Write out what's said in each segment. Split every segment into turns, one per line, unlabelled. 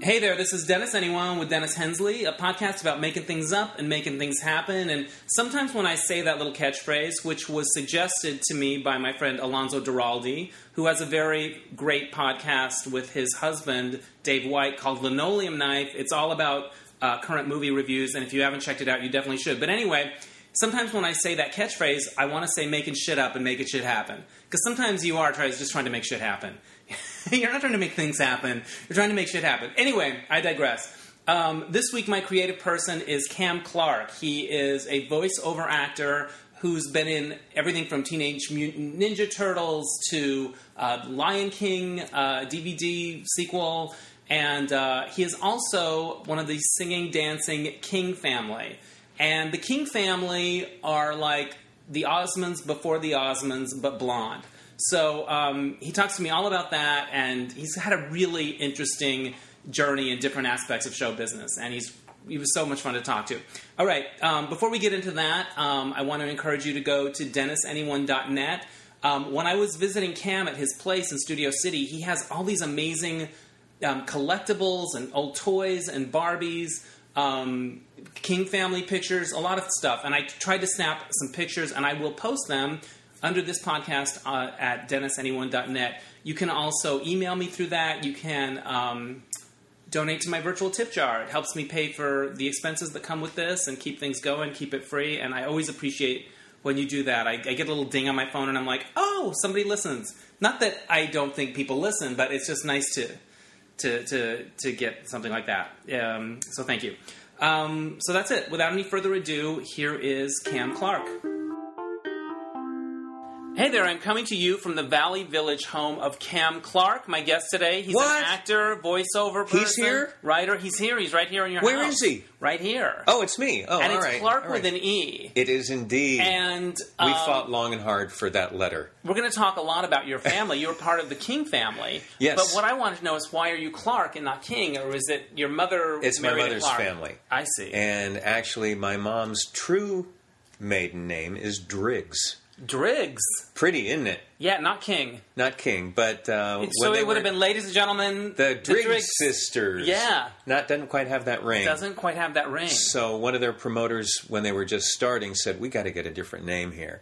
Hey there, this is Dennis Anyone with Dennis Hensley, a podcast about making things up and making things happen. And sometimes when I say that little catchphrase, which was suggested to me by my friend Alonzo Duraldi, who has a very great podcast with his husband, Dave White, called Linoleum Knife. It's all about uh, current movie reviews, and if you haven't checked it out, you definitely should. But anyway, sometimes when I say that catchphrase, I want to say making shit up and making shit happen. Because sometimes you are try- just trying to make shit happen. You're not trying to make things happen, you're trying to make shit happen. Anyway, I digress. Um, this week, my creative person is Cam Clark. He is a voiceover actor who's been in everything from Teenage Mutant Ninja Turtles to uh, Lion King uh, DVD sequel. And uh, he is also one of the singing, dancing King family. And the King family are like the Osmonds before the Osmonds, but blonde. So um, he talks to me all about that, and he's had a really interesting journey in different aspects of show business, and he's he was so much fun to talk to. All right, um, before we get into that, um, I want to encourage you to go to DennisAnyone.net. Um, when I was visiting Cam at his place in Studio City, he has all these amazing um, collectibles and old toys and Barbies, um, King family pictures, a lot of stuff. And I tried to snap some pictures, and I will post them under this podcast uh, at DennisAnyone.net. You can also email me through that. You can um, donate to my virtual tip jar. It helps me pay for the expenses that come with this and keep things going, keep it free. And I always appreciate when you do that. I, I get a little ding on my phone, and I'm like, oh, somebody listens. Not that I don't think people listen, but it's just nice to to to to get something like that. Um, so thank you. Um, so that's it. Without any further ado, here is Cam Clark. Hey there, I'm coming to you from the Valley Village home of Cam Clark, my guest today. He's
What?
an actor, voiceover person.
He's here?
Writer. He's here. He's right here in your
Where
house.
is he?
Right here.
Oh, it's me. Oh,
and
all
it's
right,
Clark
all right.
with an E.
It is indeed.
And
we
um,
fought long and hard for that letter.
we're going to talk a lot about your family. You're part of the King family.
Yes.
But what I wanted to know is why are you Clark and not King, or is it your mother?
It's my
married a
mother's
Clark?
family.
I see.
And actually, my mom's true maiden name is Driggs.
Driggs.
Pretty, isn't it?
Yeah, not King.
Not King, but uh, when
so
they
it would have
were-
been, ladies and gentlemen,
the Driggs, sisters.
Yeah.
not doesn't quite have that ring.
doesn't quite have that ring.
So one of their promoters, when they were just starting, said, "We got to get a different name here."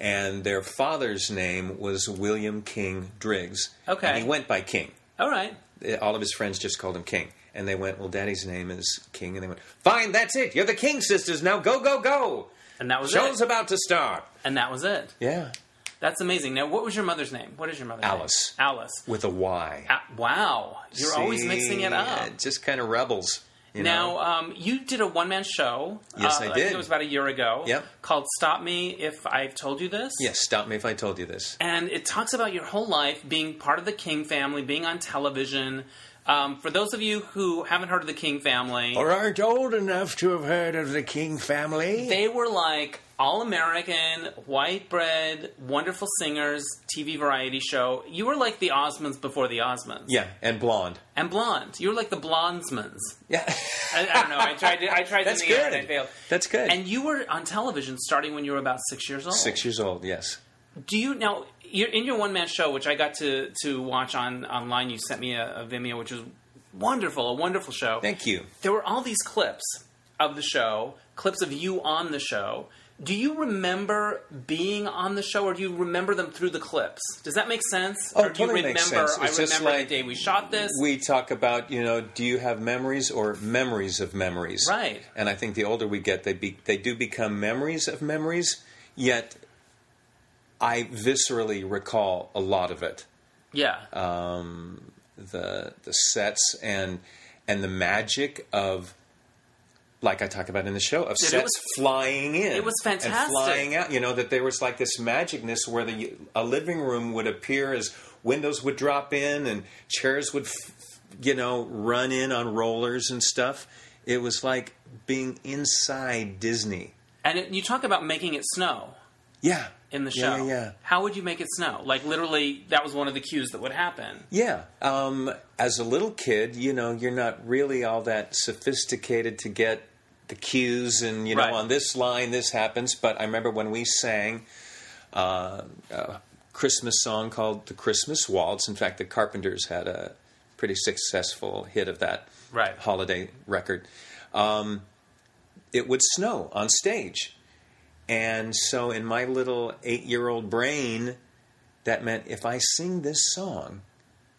And their father's name was William King Driggs.
Okay.
and he went by King.
All right.
uh, all of his friends just called him King. And they went, Well, Daddy's name is King. And they went, Fine, that's it. You're the King sisters. Now go, go, go.
And that was
Show's
it.
about to start.
And that was it.
Yeah.
That's amazing. Now, what was your mother's name? What is your mother's
Alice.
name? Alice.
With a Y.
A- Uh, wow. You're always
See,
mixing it up.
it just kind of rebels. You
Now,
know?
um, you did a one man show. uh,
Yes, I
think
did.
it was about a year ago.
Yep.
Called Stop Me If I've Told You This.
Yes, stop me if I told you this.
and it talks about your whole life being part of the King family, being on television. Um, for those of you who haven't heard of the King family,
Or aren't old enough to have heard of the King family?
they were like all American, white bread, wonderful singers, TV variety show. You were like the Osmonds before the Osmonds,
yeah, and blonde.
and blonde. You were like the Blondesmans.
Yeah.
I, I don't know. I tried. To, I tried
That's
something out and
good.
I failed.
That's good.
And you were on television starting when you were about six years old.
Six years old, yes.
Do you now? You're in your one man show, which I got to to watch on online. You sent me a, a Vimeo, which was wonderful, a wonderful show.
Thank you.
There were all these clips of the show, clips of you on the show. Do you remember being on the show, or do you remember them through the clips? Does that make sense?
Oh,
or do you
totally
remember?
makes sense.
I
It's just
remember
like
the day we shot this.
we talk about you know do you have memories or memories of memories
Right.
and i think the older we get they be, they do become memories of memories yet i viscerally recall a lot of it
yeah,
Uh, the the sets and and the magic of like I talk about in the show of
Dude, it
sets
was-
flying in,
it was
and
fantastic.
flying out. You know that there was like this magicness where the a living room would appear as windows would drop in and chairs would, f- you know, run in on rollers and stuff. It was like being inside Disney.
and it, you talk about making it snow.
Yeah,
in the show.
Yeah, yeah, yeah.
How would you make it snow? Like literally, that was one of the cues that would happen.
Yeah. Um, as a little kid, you know, you're not really all that sophisticated to get the cues and, you know,
Right.
on this line this happens. But I remember when we sang uh, a Christmas song called The Christmas Waltz. In fact, the Carpenters had a pretty successful hit of that
Right.
holiday record. Um, it would snow on stage. And so in my little eight year old brain, that meant if I sing this song,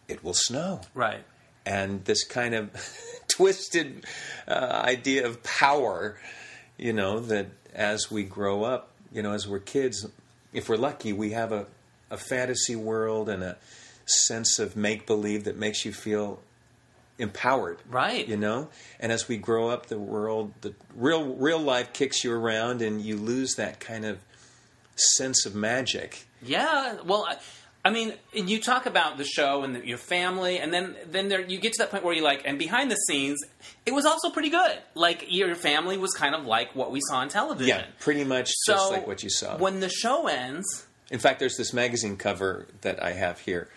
it will snow
Right.
and this kind of twisted uh, idea of power, you know, that as we grow up, you know, as we're kids, if we're lucky, we have a, a fantasy world and a sense of make believe that makes you feel empowered.
Right.
You know? And as we grow up, the world, the real, real life kicks you around and you lose that kind of sense of magic.
Yeah. Well, I, I mean, and you talk about the show and the, your family, and then then there you get to that point where you like, and behind the scenes, it was also pretty good. Like your family was kind of like what we saw on television.
Yeah, pretty much
So
just like what you saw.
when the show ends.
In fact, there's this magazine cover that I have here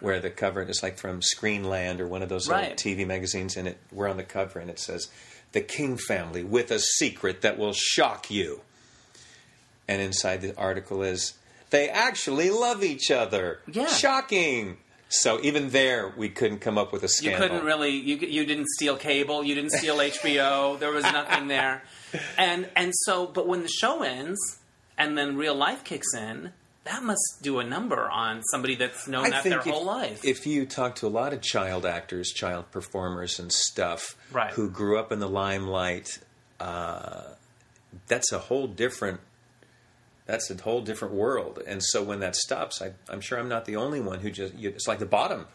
where the cover is like from Screenland or one of those
Right.
old TV magazines, and it, we're on the cover and it says, The King Family with a secret that will shock you. And inside the article is, They actually love each other.
Yeah.
Shocking. So even there, we couldn't come up with a
You
scandal.
couldn't really. You you didn't steal cable. You didn't steal HBO. There was nothing there, and and so. But when the show ends, and then real life kicks in, that must do a number on somebody that's known that their
if,
whole life.
if you talk to a lot of child actors, child performers, and stuff
Right.
who grew up in the limelight, uh, that's a whole different. That's a whole different world, and so when that stops, I, I'm sure I'm not the only one who just. You, it's like the bottom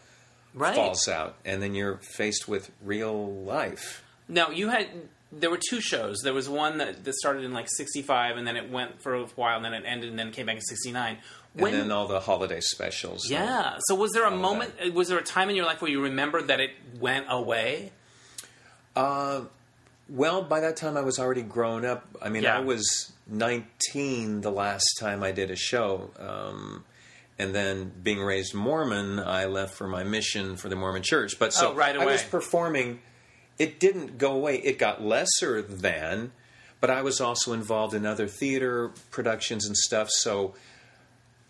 right.
falls out, and then you're faced with real life.
No, you had. There were two shows. There was one that, that started in like '65, and then it went for a while, and then it ended, and then came back in '69. When,
and then all the holiday specials.
yeah. So was there a moment? Was there a time in your life where you remembered that it went away?
Well, by that time I was already grown up. I mean,
Yeah.
I was 19 the last time I did a show. Um, and then being raised Mormon, I left for my mission for the Mormon church. But so
Oh, right
I
away.
was performing. It didn't go away. It got lesser than, but I was also involved in other theater productions and stuff. So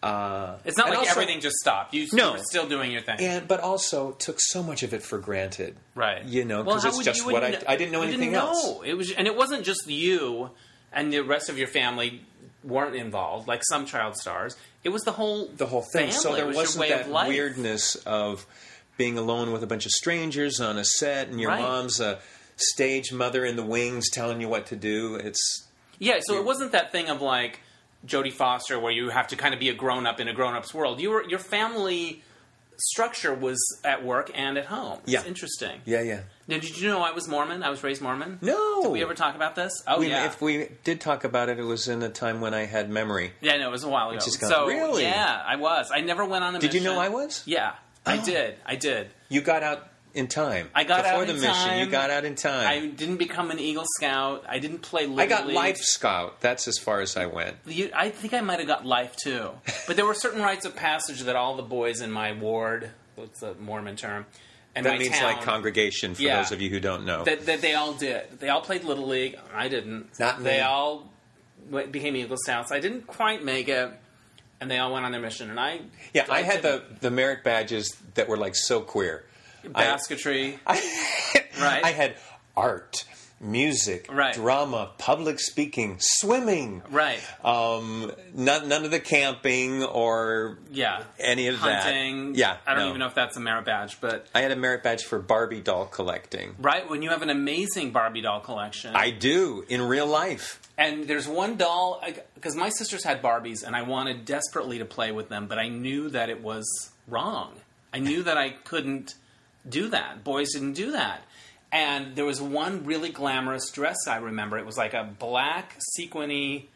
It's not
And
like
also-
everything just stopped. You,
No.
you were still doing your thing,
and but also took so much of it for granted.
right?
You know,
Well,
because
how
it's
would-
just
you
what I
wouldn't kn-
I didn't know
you
anything
know.
else.
It was, and it wasn't just you and the rest of your family weren't involved, like some child stars. It was the whole
the whole thing. so
family.
there
It was your
wasn't
way
that
of life.
weirdness of being alone with a bunch of strangers on a set, and your
Right.
mom's a stage mother in the wings telling you what to do. It's
Yeah, so it wasn't that thing of like Jodie Foster where you have to kind of be a grown up in a grown up's world. You were your family structure was at work and at home. It's
Yeah.
interesting.
yeah, yeah.
Now, did you know I was Mormon? I was raised Mormon.
No,
Did we ever talk about this? Oh
We-
yeah.
If we did talk about it, it was in a time when I had memory.
yeah, no, it was a while ago.
is gone-
so
Really?
yeah, I was. I never went on a
Did you know I
mission.
was? Oh.
Yeah, I did. I did.
You got out in time.
I got
before
out
the
in
mission.
time.
You got out in time.
I didn't become an Eagle Scout. I didn't play. Little
I got
League.
Life Scout. That's as far as I went.
You, I think I might have got life too, but there were certain rites of passage that all the boys in my ward, what's the Mormon term, and
That
my
means
town,
like congregation for
Yeah.
those of you who don't know.
that, that they all did. They all played little league. I didn't.
Not me.
They all w- became Eagle Scouts. I didn't quite make it, and they all went on their mission. And I,
yeah, I had the, the merit badges that were like so queer. I-
basketry, right?
I had art, music,
Right.
drama, public speaking, swimming.
right.
Um, none, none of the camping or
yeah.
any of
Hunting.
that. Yeah,
I don't
no.
even know if that's a merit badge, but
I had a merit badge for Barbie doll collecting.
right when you have an amazing Barbie doll collection,
I do in real life.
And there's one doll because my sisters had Barbies, and I wanted desperately to play with them, but I knew that it was wrong. I knew that I couldn't do that. Boys didn't do that. And there was one really glamorous dress I remember. It was like a black sequiny,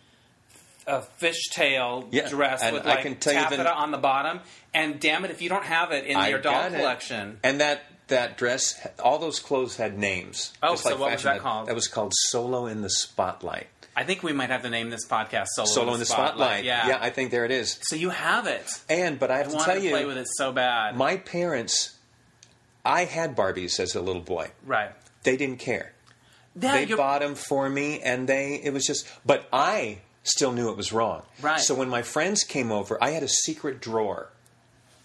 a fishtail
Yeah,
dress
and
with
I
like
can tell you that-
taffeta on the bottom. And damn it, if you don't have it in
I
your doll
got it.
collection,
And that that dress, all those clothes had names.
Oh,
just
so
like
what was
fashion.
that called?
That was called Solo in the Spotlight.
I think we might have to name this podcast "Solo,
Solo in the Spotlight.
Oh, Yeah.
yeah, I think there it is.
so you have it.
And but I have
I
to
wanted
tell
to
you,
play with it so bad.
my parents, I had Barbies as a little boy.
Right.
They didn't care.
Yeah,
They
Uh, you're-
bought them for me, and they it was just. But I still knew it was wrong.
Right.
So when my friends came over, I had a secret drawer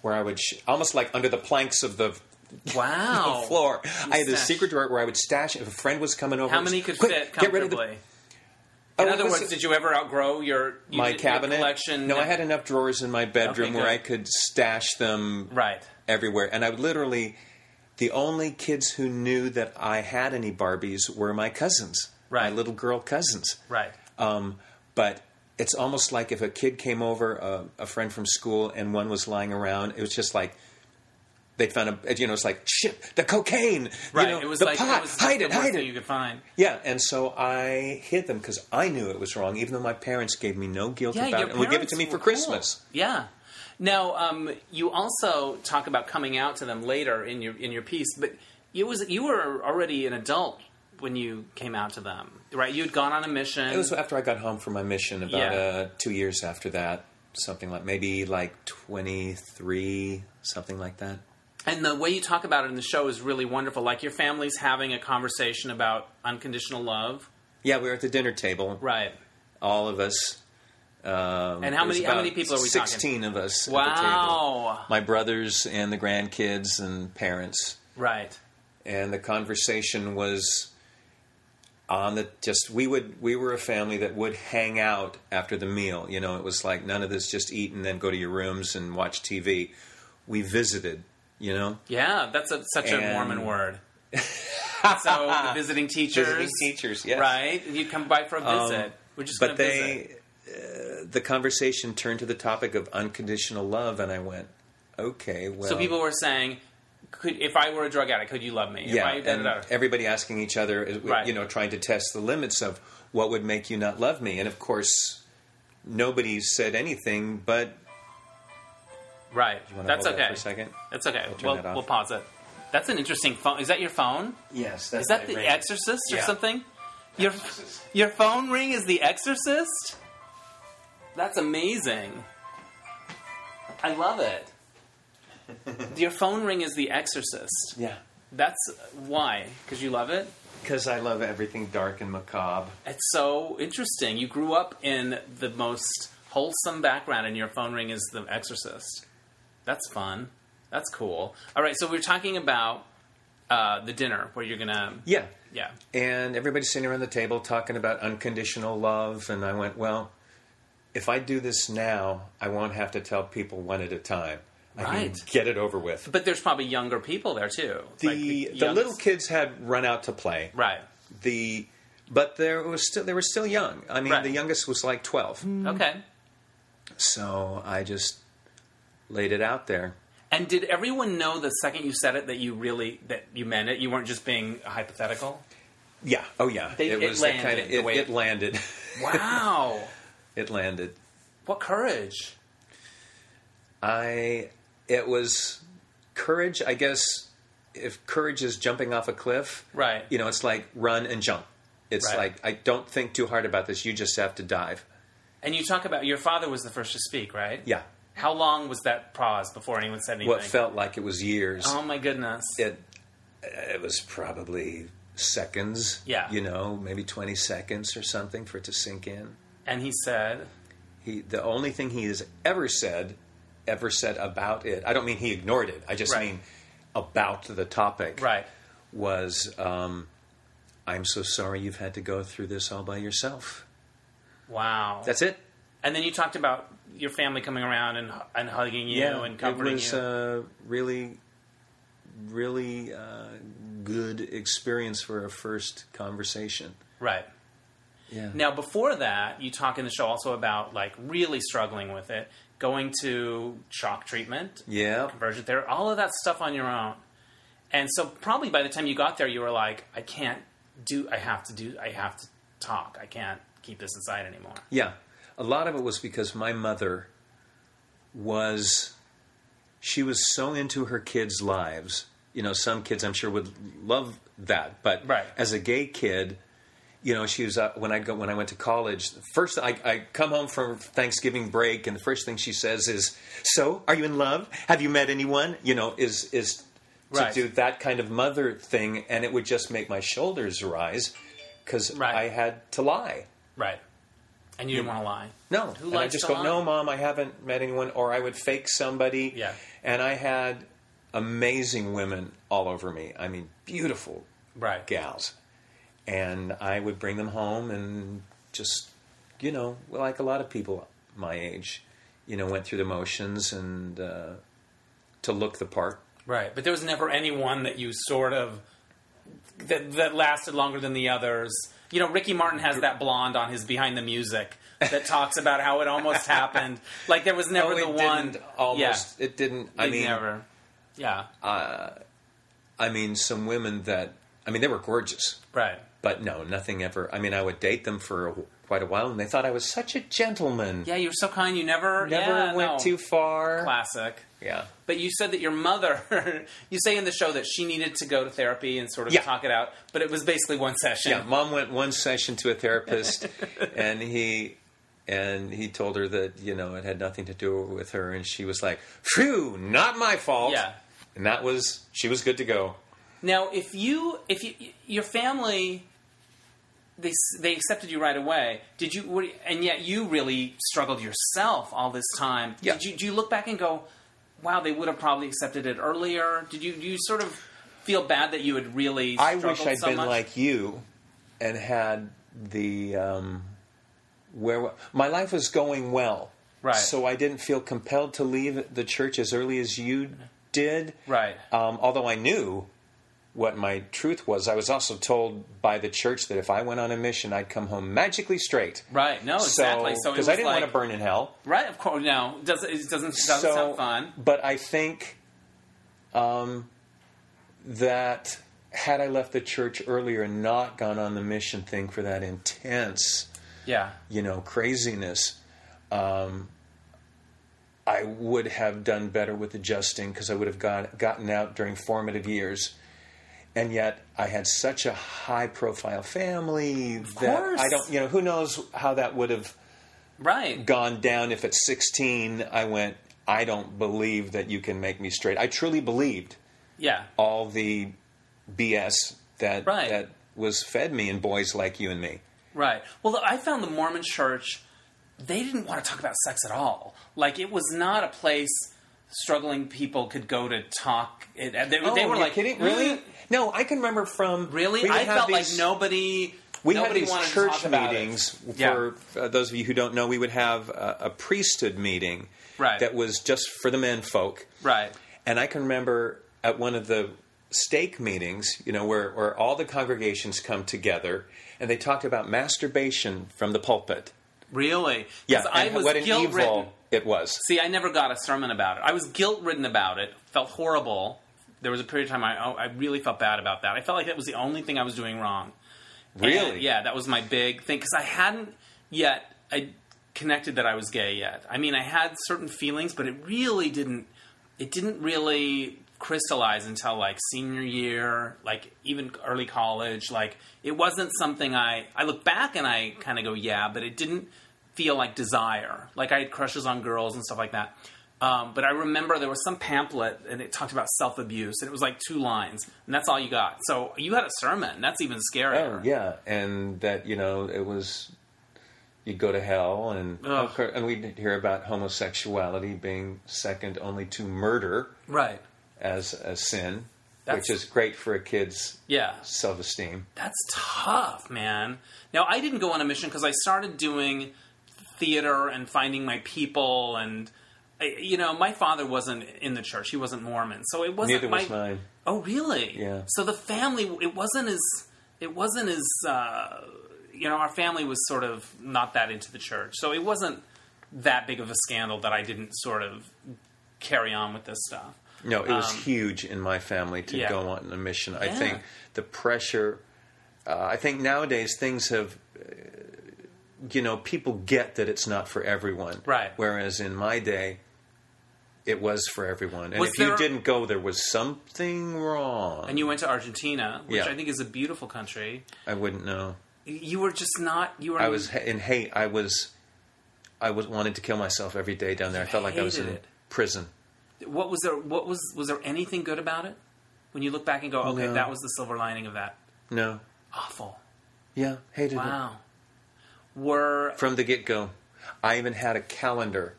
where I would sh- almost like under the planks of the
Wow.
floor. I had this
Oh, stash.
secret drawer where I would stash. If a friend was coming over,
How
it was,
many could
"Quick,
fit
Get rid of
comfortably?
the
In
Oh,
other
was
words,
it-
did you ever outgrow your you
my
did- your
cabinet.
collection?
no, I had enough drawers in my bedroom
Okay,
where
good.
I could stash them
right.
everywhere. And I would literally, the only kids who knew that I had any Barbies were my cousins,
Right.
my little girl cousins.
Right.
Um, but it's almost like if a kid came over, uh, a friend from school, and one was lying around, it was just like they found a, you know, it's like shit, the cocaine,
Right.
You know,
it was
the
like
pot,
it was
hide
the
it,
worst
hide
thing
it.
you could find.
Yeah, and so I hid them because I knew it was wrong, even though my parents gave me no guilt
Yeah,
about
your
it, and would give it to
parents
me for
were
Christmas.
cool. Yeah. Now, um, you also talk about coming out to them later in your in your piece, but you was you were already an adult when you came out to them, right? You had gone on a mission.
It was after I got home from my mission, about
Yeah.
uh, two years after that, something like maybe like twenty three, something like that.
And the way you talk about it in the show is really wonderful. Like your family's having a conversation about unconditional love,
Yeah, we were at the dinner table,
right?
all of us. Um,
And how
it was
many- how
about
many people are we talking?
Sixteen of us. at the table.
Wow,
My brothers and the grandkids and parents.
right?
and the conversation was on the just we would we were a family that would hang out after the meal you know it was like none of this just eat and then go to your rooms and watch tv we visited you know
Yeah, that's a, such a
And-
Mormon word. so the visiting teachers,
Visiting teachers yes Um,
right? You come by for a visit. We're just going
but
to
they
visit.
uh, the conversation turned to the topic of unconditional love and i went okay well
So people were saying, could, if I were a drug addict, could you love me? If
yeah
I, da, da,
and
da.
everybody asking each other is-
Right.
you know trying to test the limits of what would make you not love me and of course nobody said anything but
right.
Wanna
That's
hold
okay.
That for a second.
That's okay.
turn
We'll,
that off.
we'll pause it. That's an interesting phone. Is that your phone?
Yes,
Is that The Exorcist or
Yeah.
something? Your your phone ring is The Exorcist. That's amazing. I love it. your phone ring is The Exorcist.
Yeah,
That's why, because you love it.
because I love everything dark and macabre.
It's so interesting. You grew up in the most wholesome background, and your phone ring is The Exorcist. That's fun. That's cool. All right, so we we're talking about uh, the dinner where you're gonna.
Yeah,
Yeah.
and everybody's sitting around the table talking about unconditional love, and I went, well, if I do this now, I won't have to tell people one at a time. I can
Right.
get it over with.
But there's probably younger people there too.
The
like
the
youngest-
little kids had run out to play.
right.
The but there was still they were still young. I mean,
Right. Mm.
the youngest was like twelve.
Okay.
So I just laid it out there.
And did everyone know the second you said it that you really that you meant it? You weren't just being hypothetical.
Yeah. Oh yeah.
They-
it
it
was that kind
landed
of
the
it,
way
it
it-
landed.
Wow.
it landed.
what courage.
I it was courage, I guess if courage is jumping off a cliff,
Right.
You know, it's like run and jump. It's
Right.
like I don't think too hard about this, you just have to dive.
And you talk about your father was the first to speak, right?
Yeah.
How long was that pause before anyone said anything?
What felt like it was years.
oh my goodness.
It uh, it was probably seconds.
Yeah.
You know, maybe twenty seconds or something for it to sink in.
And he said,
He the only thing he has ever said ever said about it. I don't mean he ignored it. I just
Right.
mean about the topic.
"Right,
was um, I'm so sorry you've had to go through this all by yourself.
wow."
That's it.
and then you talked about your family coming around and and hugging you and comforting
it was
you.
uh, really, really uh, good experience for a first conversation.
right.
Yeah.
Now, before that, you talk in the show also about like really struggling with it, going to shock treatment,
yeah.
conversion therapy, all of that stuff on your own. And so, probably by the time you got there, you were like, I can't do, I have to do, I have to talk. I can't keep this inside anymore.
Yeah. A lot of it was because my mother was she was so into her kids' lives. You know, some kids I'm sure would love that, but
Right.
as a gay kid, you know, she was uh, when I go when I went to college. First, I, I come home from Thanksgiving break, and the first thing she says is, "So, are you in love? Have you met anyone?" You know, is is to
Right.
do that kind of mother thing, and it would just make my shoulders rise because
Right.
I had to lie.
Right. And you didn't want to lie.
No,
Who
and I
likes
just
to
go,
lie?
no, mom, I haven't met anyone, or I would fake somebody.
Yeah.
and I had amazing women all over me. I mean, beautiful
Right.
gals. And I would bring them home and just, you know, like a lot of people my age, you know, went through the motions and uh, to look the part.
Right. But there was never any one that you sort of that that lasted longer than the others. You know, Ricky Martin has that blonde on his behind the music that talks about how it almost happened. Like there was never
Oh,
the
it
one
didn't almost. It didn't.
Yeah,
I mean, uh,
never. Yeah.
I mean, some women that I mean, they were gorgeous,
right.
but no, nothing ever. I mean, I would date them for a, quite a while, and they thought I was such a gentleman.
Yeah, you were so kind. You never
Never
yeah,
went
no.
too far.
classic.
Yeah.
But you said that your mother, you say in the show that she needed to go to therapy and sort of
Yeah.
talk it out, but it was basically one session.
Yeah, mom went one session to a therapist, and he and he told her that you know it had nothing to do with her, and she was like, "Phew, not my fault."
Yeah.
and that was she was good to go.
Now, if you, if you, your family, they s- they accepted you right away. Did you? What, and yet you really struggled yourself all this time.
Yeah.
Did you, do you look back and go, "Wow, they would have probably accepted it earlier"? Did you? Do you sort of feel bad that you had really?
I
struggled
wish i had
so
been
much?
like you and had the um, where my life was going well,
Right.
So I didn't feel compelled to leave the church as early as you did,
Right.
Um, although I knew what my truth was, I was also told by the church that if I went on a mission, I'd come home magically straight.
Right. No. Exactly. So it
because
was
I didn't
like,
want to burn in hell.
Right. Of course. No. Does it doesn't doesn't sound fun.
But I think um, that had I left the church earlier and not gone on the mission thing for that intense,
Yeah.
you know, craziness, um, I would have done better with adjusting because I would have got, gotten out during formative years. And yet, I had such a high-profile family that
course.
I don't, you know, who knows how that would have
Right.
gone down if at 16 I went, I don't believe that you can make me straight. I truly believed
Yeah.
all the BS that
Right.
that was fed me in boys like you and me.
Right. Well, I found the Mormon church, they didn't want to talk about sex at all. Like, it was not a place struggling people could go to talk. It, they, they
Oh,
were
you
like,
kidding? Really?
"Mm,
No, I can remember from we
Really?
would
I
have
felt like
these-
nobody.
We
nobody
had
wanted
these
to
church
talk about it.
meetings.
Yeah.
For uh, those of you who don't know, we would have a, a priesthood meeting
Right.
that was just for the men folk.
Right.
And I can remember at one of the stake meetings, you know, where, where all the congregations come together and they talked about masturbation from the pulpit.
Really? 'Cause
Yeah,
I
and
was
what an
guilt ridden.
evil it was.
See, I never got a sermon about it. I was guilt ridden about it. Felt horrible. There was a period of time I, oh, I really felt bad about that. I felt like that was the only thing I was doing wrong.
Really?
And, yeah, that was my big thing because I hadn't yet I connected that I was gay yet. I mean, I had certain feelings, but it really didn't. It didn't really crystallize until like senior year, like even early college. Like it wasn't something I. I look back and I kind of go, yeah, but it didn't feel like desire. Like I had crushes on girls and stuff like that. Um, but I remember there was some pamphlet and it talked about self abuse and it was like two lines and that's all you got. So you had a sermon. That's even scarier.
Oh, yeah. And that, you know, it was you'd go to hell and
Ugh.
cour- and we'd hear about homosexuality being second only to murder
Right.
as a sin,
That's-
which is great for a kid's
Yeah.
self-esteem.
That's tough, man. Now, I didn't go on a mission because I started doing theater and finding my people and. I, you know, my father wasn't in the church. He wasn't Mormon, so it wasn't
Neither
my.
was mine.
Oh, really?
Yeah.
So the family, it wasn't as, it wasn't as, uh, you know, our family was sort of not that into the church, so it wasn't that big of a scandal that I didn't sort of carry on with this stuff.
No, it was
Um,
huge in my family to
yeah.
go on a mission. I
Yeah.
think the pressure. Uh, I think nowadays things have, uh, you know, people get that it's not for everyone.
Right.
Whereas in my day, it was for everyone, and
Was
if
there-
you didn't go, there was something wrong.
And you went to Argentina, which
Yeah.
I think is a beautiful country.
I wouldn't know.
You were just not. You were.
I was ha- in hate. I was, I was wanted to kill myself every day down there. I felt like I was in
hated it.
prison.
What was there? What was? Was there anything good about it? When you look back and go, okay,
No.
that was the silver lining of that.
No.
Awful.
Yeah, hated it.
Wow. Were
from the get go. I even had a calendar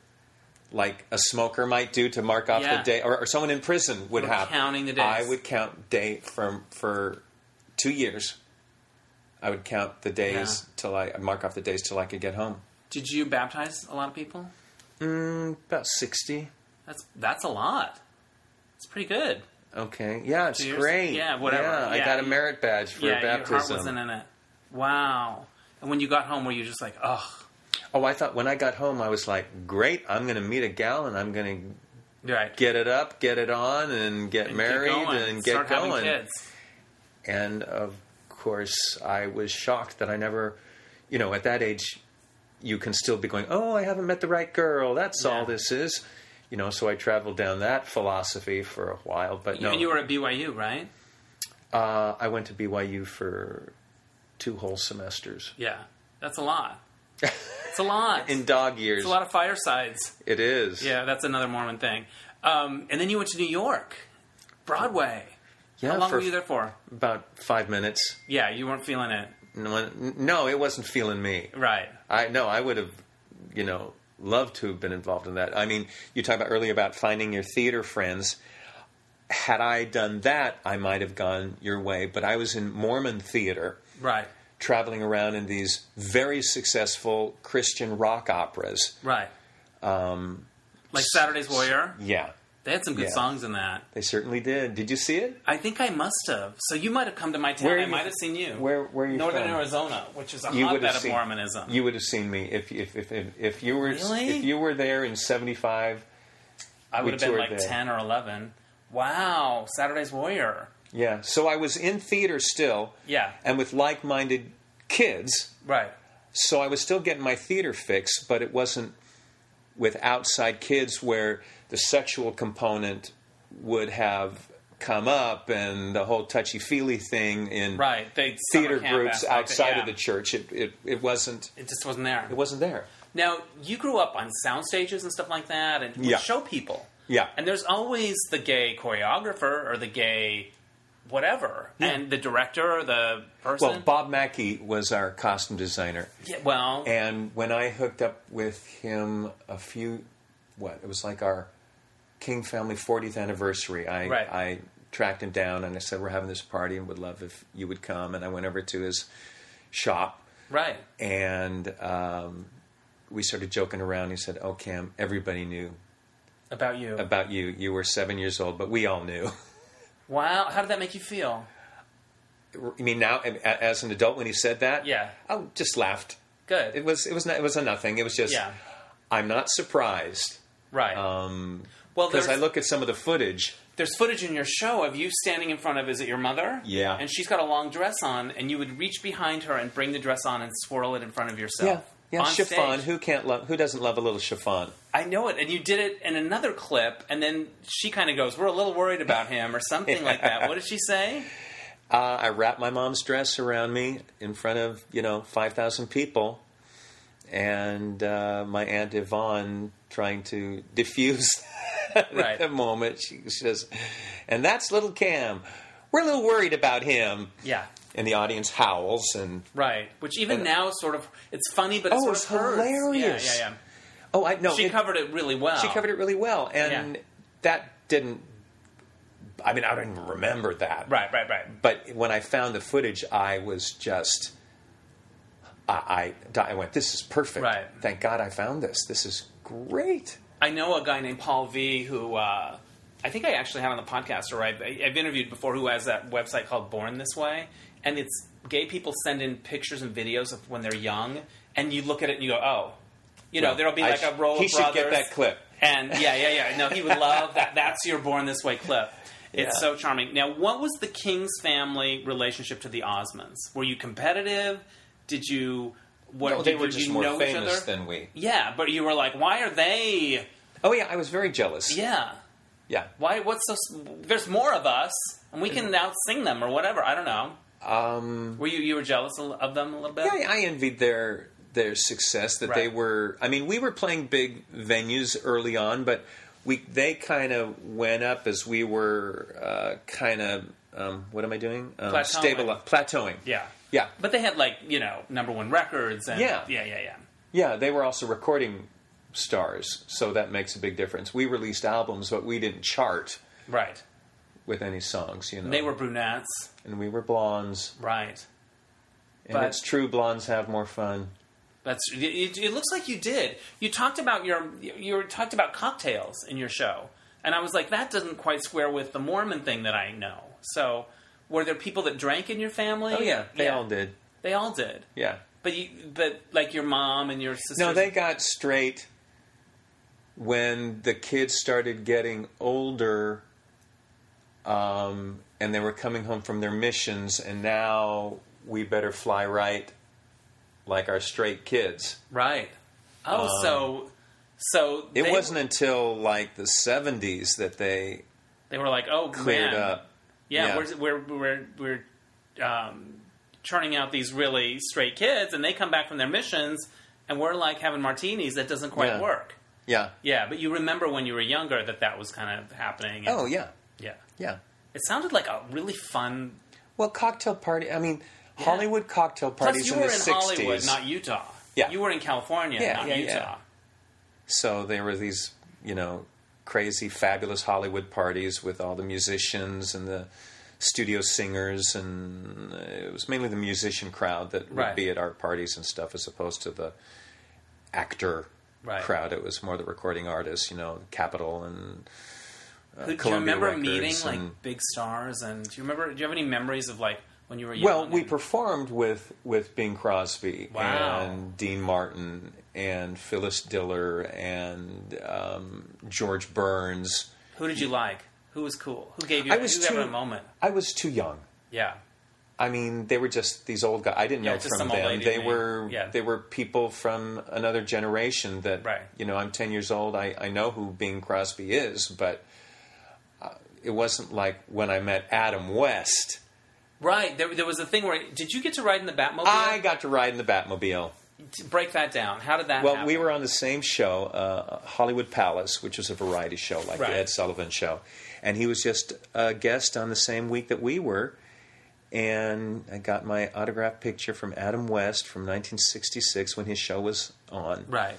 like a smoker might do to mark off
Yeah.
the day, or, or someone in prison would
Or
have
counting the days.
I would count day from for two years. I would count the days
Yeah.
till I I'd mark off the days till I could get home.
Did you baptize a lot of people?
Mm, About sixty.
That's that's a lot. It's pretty good.
Okay. Yeah, it's
years?
great.
Yeah, whatever.
Yeah, I
Yeah,
got a
you-
merit badge for
yeah, your heart
baptism.
wasn't in it. Wow. And when you got home, were you just like, ugh?
oh, I thought when I got home, I was like, "Great, I'm going to meet a gal and I'm going to
Right.
get it up, get it on, and
And
get
keep
married
going.
and get
Start having
going."
Kids.
And of course, I was shocked that I never, you know, at that age, you can still be going, "Oh, I haven't met the right girl." That's
Yeah.
all this is, you know. So I traveled down that philosophy for a while, but no,
And you were at BYU, right?
uh, I went to BYU for two whole semesters
Yeah. That's a lot. It's a lot.
in dog years.
it's a lot of firesides.
it is,
Yeah, that's another Mormon thing. Um, and then you went to New York, Broadway.
yeah.
How long
for
were you there for?
About five minutes.
Yeah, you weren't feeling it,
No, no, it wasn't feeling me.
right?
I no, I would have, you know, loved to have been involved in that. I mean, you talked about earlier about finding your theater friends. Had I done that, I might have gone your way. But I was in Mormon theater,
Right,
traveling around in these very successful Christian rock operas.
right. Um, like Saturday's Warrior,
Yeah,
they had some good
Um, yeah.
songs in that.
they certainly did. Did you see it?
I think I must have. So you might have come to my town.
Where are
I
you-
might have seen you.
where- where are you
Northern
from?
Arizona, which is a
You would
hotbed
have
of
seen-
Mormonism.
You would have seen me if if if if, if you were
Really?
if you were there in '75.
I
we
would have been
toured
like
there.
ten or eleven. Wow, Saturday's Warrior.
Yeah, so I was in theater still.
Yeah.
and with like-minded kids.
Right.
so I was still getting my theater fix, but it wasn't with outside kids where the sexual component would have come up and the whole touchy feely thing in
Right. They
theater
summer camp
groups
aspect,
outside
yeah.
of the church. It, it it wasn't
It just wasn't there.
it wasn't there.
Now, you grew up on sound stages and stuff like that and would
Yeah.
show people.
Yeah.
And there's always the gay choreographer or the gay whatever and the director or the person.
Well, Bob Mackey was our costume designer,
Yeah, well,
and when I hooked up with him a few, what it was like our King family 40th anniversary. I
Right.
I tracked him down and I said we're having this party and would love if you would come. And I went over to his shop
right.
and um, we started joking around. He said, "Oh, Cam, everybody knew
About you.
about you. You were seven years old, but we all knew."
wow. How did that make you feel?
I mean, now a- a- as an adult, when he said that,
Yeah.
I just laughed.
Good.
It was it was not, it was a nothing. It was just
yeah.
I'm not surprised
Right.
um,
well,
because
there's,
I look at some of the footage.
there's footage in your show of you standing in front of, is it your mother?
Yeah.
And she's got a long dress on, and you would reach behind her and bring the dress on and swirl it in front of yourself.
yeah,
On
chiffon.
stage.
Who can't love? Who doesn't love a little chiffon?
I know it. And you did it in another clip, and then she kind of goes, We're a little worried about him, or something like that. What did she say?
Uh, I wrap my mom's dress around me in front of you know five thousand people, and uh, my aunt Yvonne trying to diffuse
Right.
the moment. She says, "And that's little Cam. We're a little worried about him."
Yeah.
And the audience howls. And
Right. Which even
And-
now sort of, it's funny, but it
Oh,
sort
it's
of hurts.
hilarious.
Yeah, yeah,
oh, I know
yeah. She covered it really well.
she covered it really well, and
Yeah.
that didn't. I mean, I don't even remember that.
Right, right, right.
but when I found the footage, I was just, I, I, I went, this is perfect.
Right.
Thank God I found this. This is great.
I know a guy named Paul V who uh, I think I actually had on the podcast or I've, I've interviewed before who has that website called Born This Way, and it's gay people send in pictures and videos of when they're young, and you look at it and you go, oh, you know,
Well,
there'll be
I
like
sh-
a roll
he
of
should
brothers.
get that clip.
And yeah, yeah, yeah. No, he would love that. That's your Born This Way clip. It's
Yeah.
so charming. Now, what was the King's family relationship to the Osmonds? Were you competitive? Did you? What,
they
did
were
you
just more
know
famous
each other?
than we.
Yeah, but you were like, why are they?
Oh yeah, I was very jealous.
Yeah.
Yeah.
Why? What's so? s- There's more of us, and we can now sing them or whatever. I don't know. Um, were you you were jealous of of them a little bit?
I, I envied their their success that they
Right.
were. I mean, we were playing big venues early on, but we they kind of went up as we were uh, kind of um, what am I doing? Um,
Plateauing.
stabili- plateauing.
Yeah.
Yeah.
But they had like you know number one records and
Yeah.
yeah yeah yeah.
Yeah, they were also recording stars, so that makes a big difference. We released albums, but we didn't chart
Right.
with any songs, you know.
They were brunettes.
and we were blondes,
Right.
and
But-
it's true, blondes have more fun.
That's. It, it looks like you did. You talked about your. You talked about cocktails in your show, and I was like, that doesn't quite square with the Mormon thing that I know. So, were there people that drank in your family?
Oh yeah, they all did.
They all did.
Yeah.
But you, but like your mom and your sister.
No, they got straight when the kids started getting older um, and they were coming home from their missions, and now we better fly right like our straight kids.
Right. Oh, so so
Um, It
they-
wasn't until like the 70s that they
They were like, oh,
cleared
man.
up.
Yeah,
Yeah.
we're we're we're, we're um, churning out these really straight kids, and they come back from their missions, and we're like having martinis. That doesn't quite
Yeah.
work.
Yeah.
Yeah, but you remember when you were younger that that was kind of happening. and-
Oh, yeah.
yeah.
Yeah.
It sounded like a really fun.
Well, cocktail party. I mean, Hollywood cocktail parties
Plus, you
in
were
the
in
60s.
Hollywood, not Utah.
Yeah.
you were in California,
Yeah,
not
yeah,
Utah.
yeah. so there were these you know crazy fabulous hollywood parties with all the musicians and the studio singers and uh, it was mainly the musician crowd that would
Right.
be at our parties and stuff as opposed to the actor
Right.
crowd it was more the recording artists you know capitol and
Who- do you
Columbia
remember
Records
meeting like
and-
big stars? And do you remember? Do you have any memories of like when you were young?
well we
and-
performed with with bing crosby
Wow.
and dean martin and phyllis diller and um, george burns
Who did you like? Who was cool? Who gave you?
I was
who gave you
too-
a moment?
i was too young
Yeah,
I mean, they were just these old guys. I didn't
Yeah,
know
just
from
some old
them.
lady
They
name.
were
Yeah.
they were people from another generation. That
Right.
you know, I'm 10 years old. I, I know who Bing Crosby is, but uh, it wasn't like when I met Adam West.
right. There, there was a thing where did you get to ride in the Batmobile?
I got to ride in the Batmobile.
To break that down. How did that?
Well,
happen?
we were on the same show, uh, Hollywood Palace, which was a variety show like
Right.
the Ed Sullivan show, and he was just a guest on the same week that we were. And I got my autograph picture from Adam West from 1966 when his show was on,
right.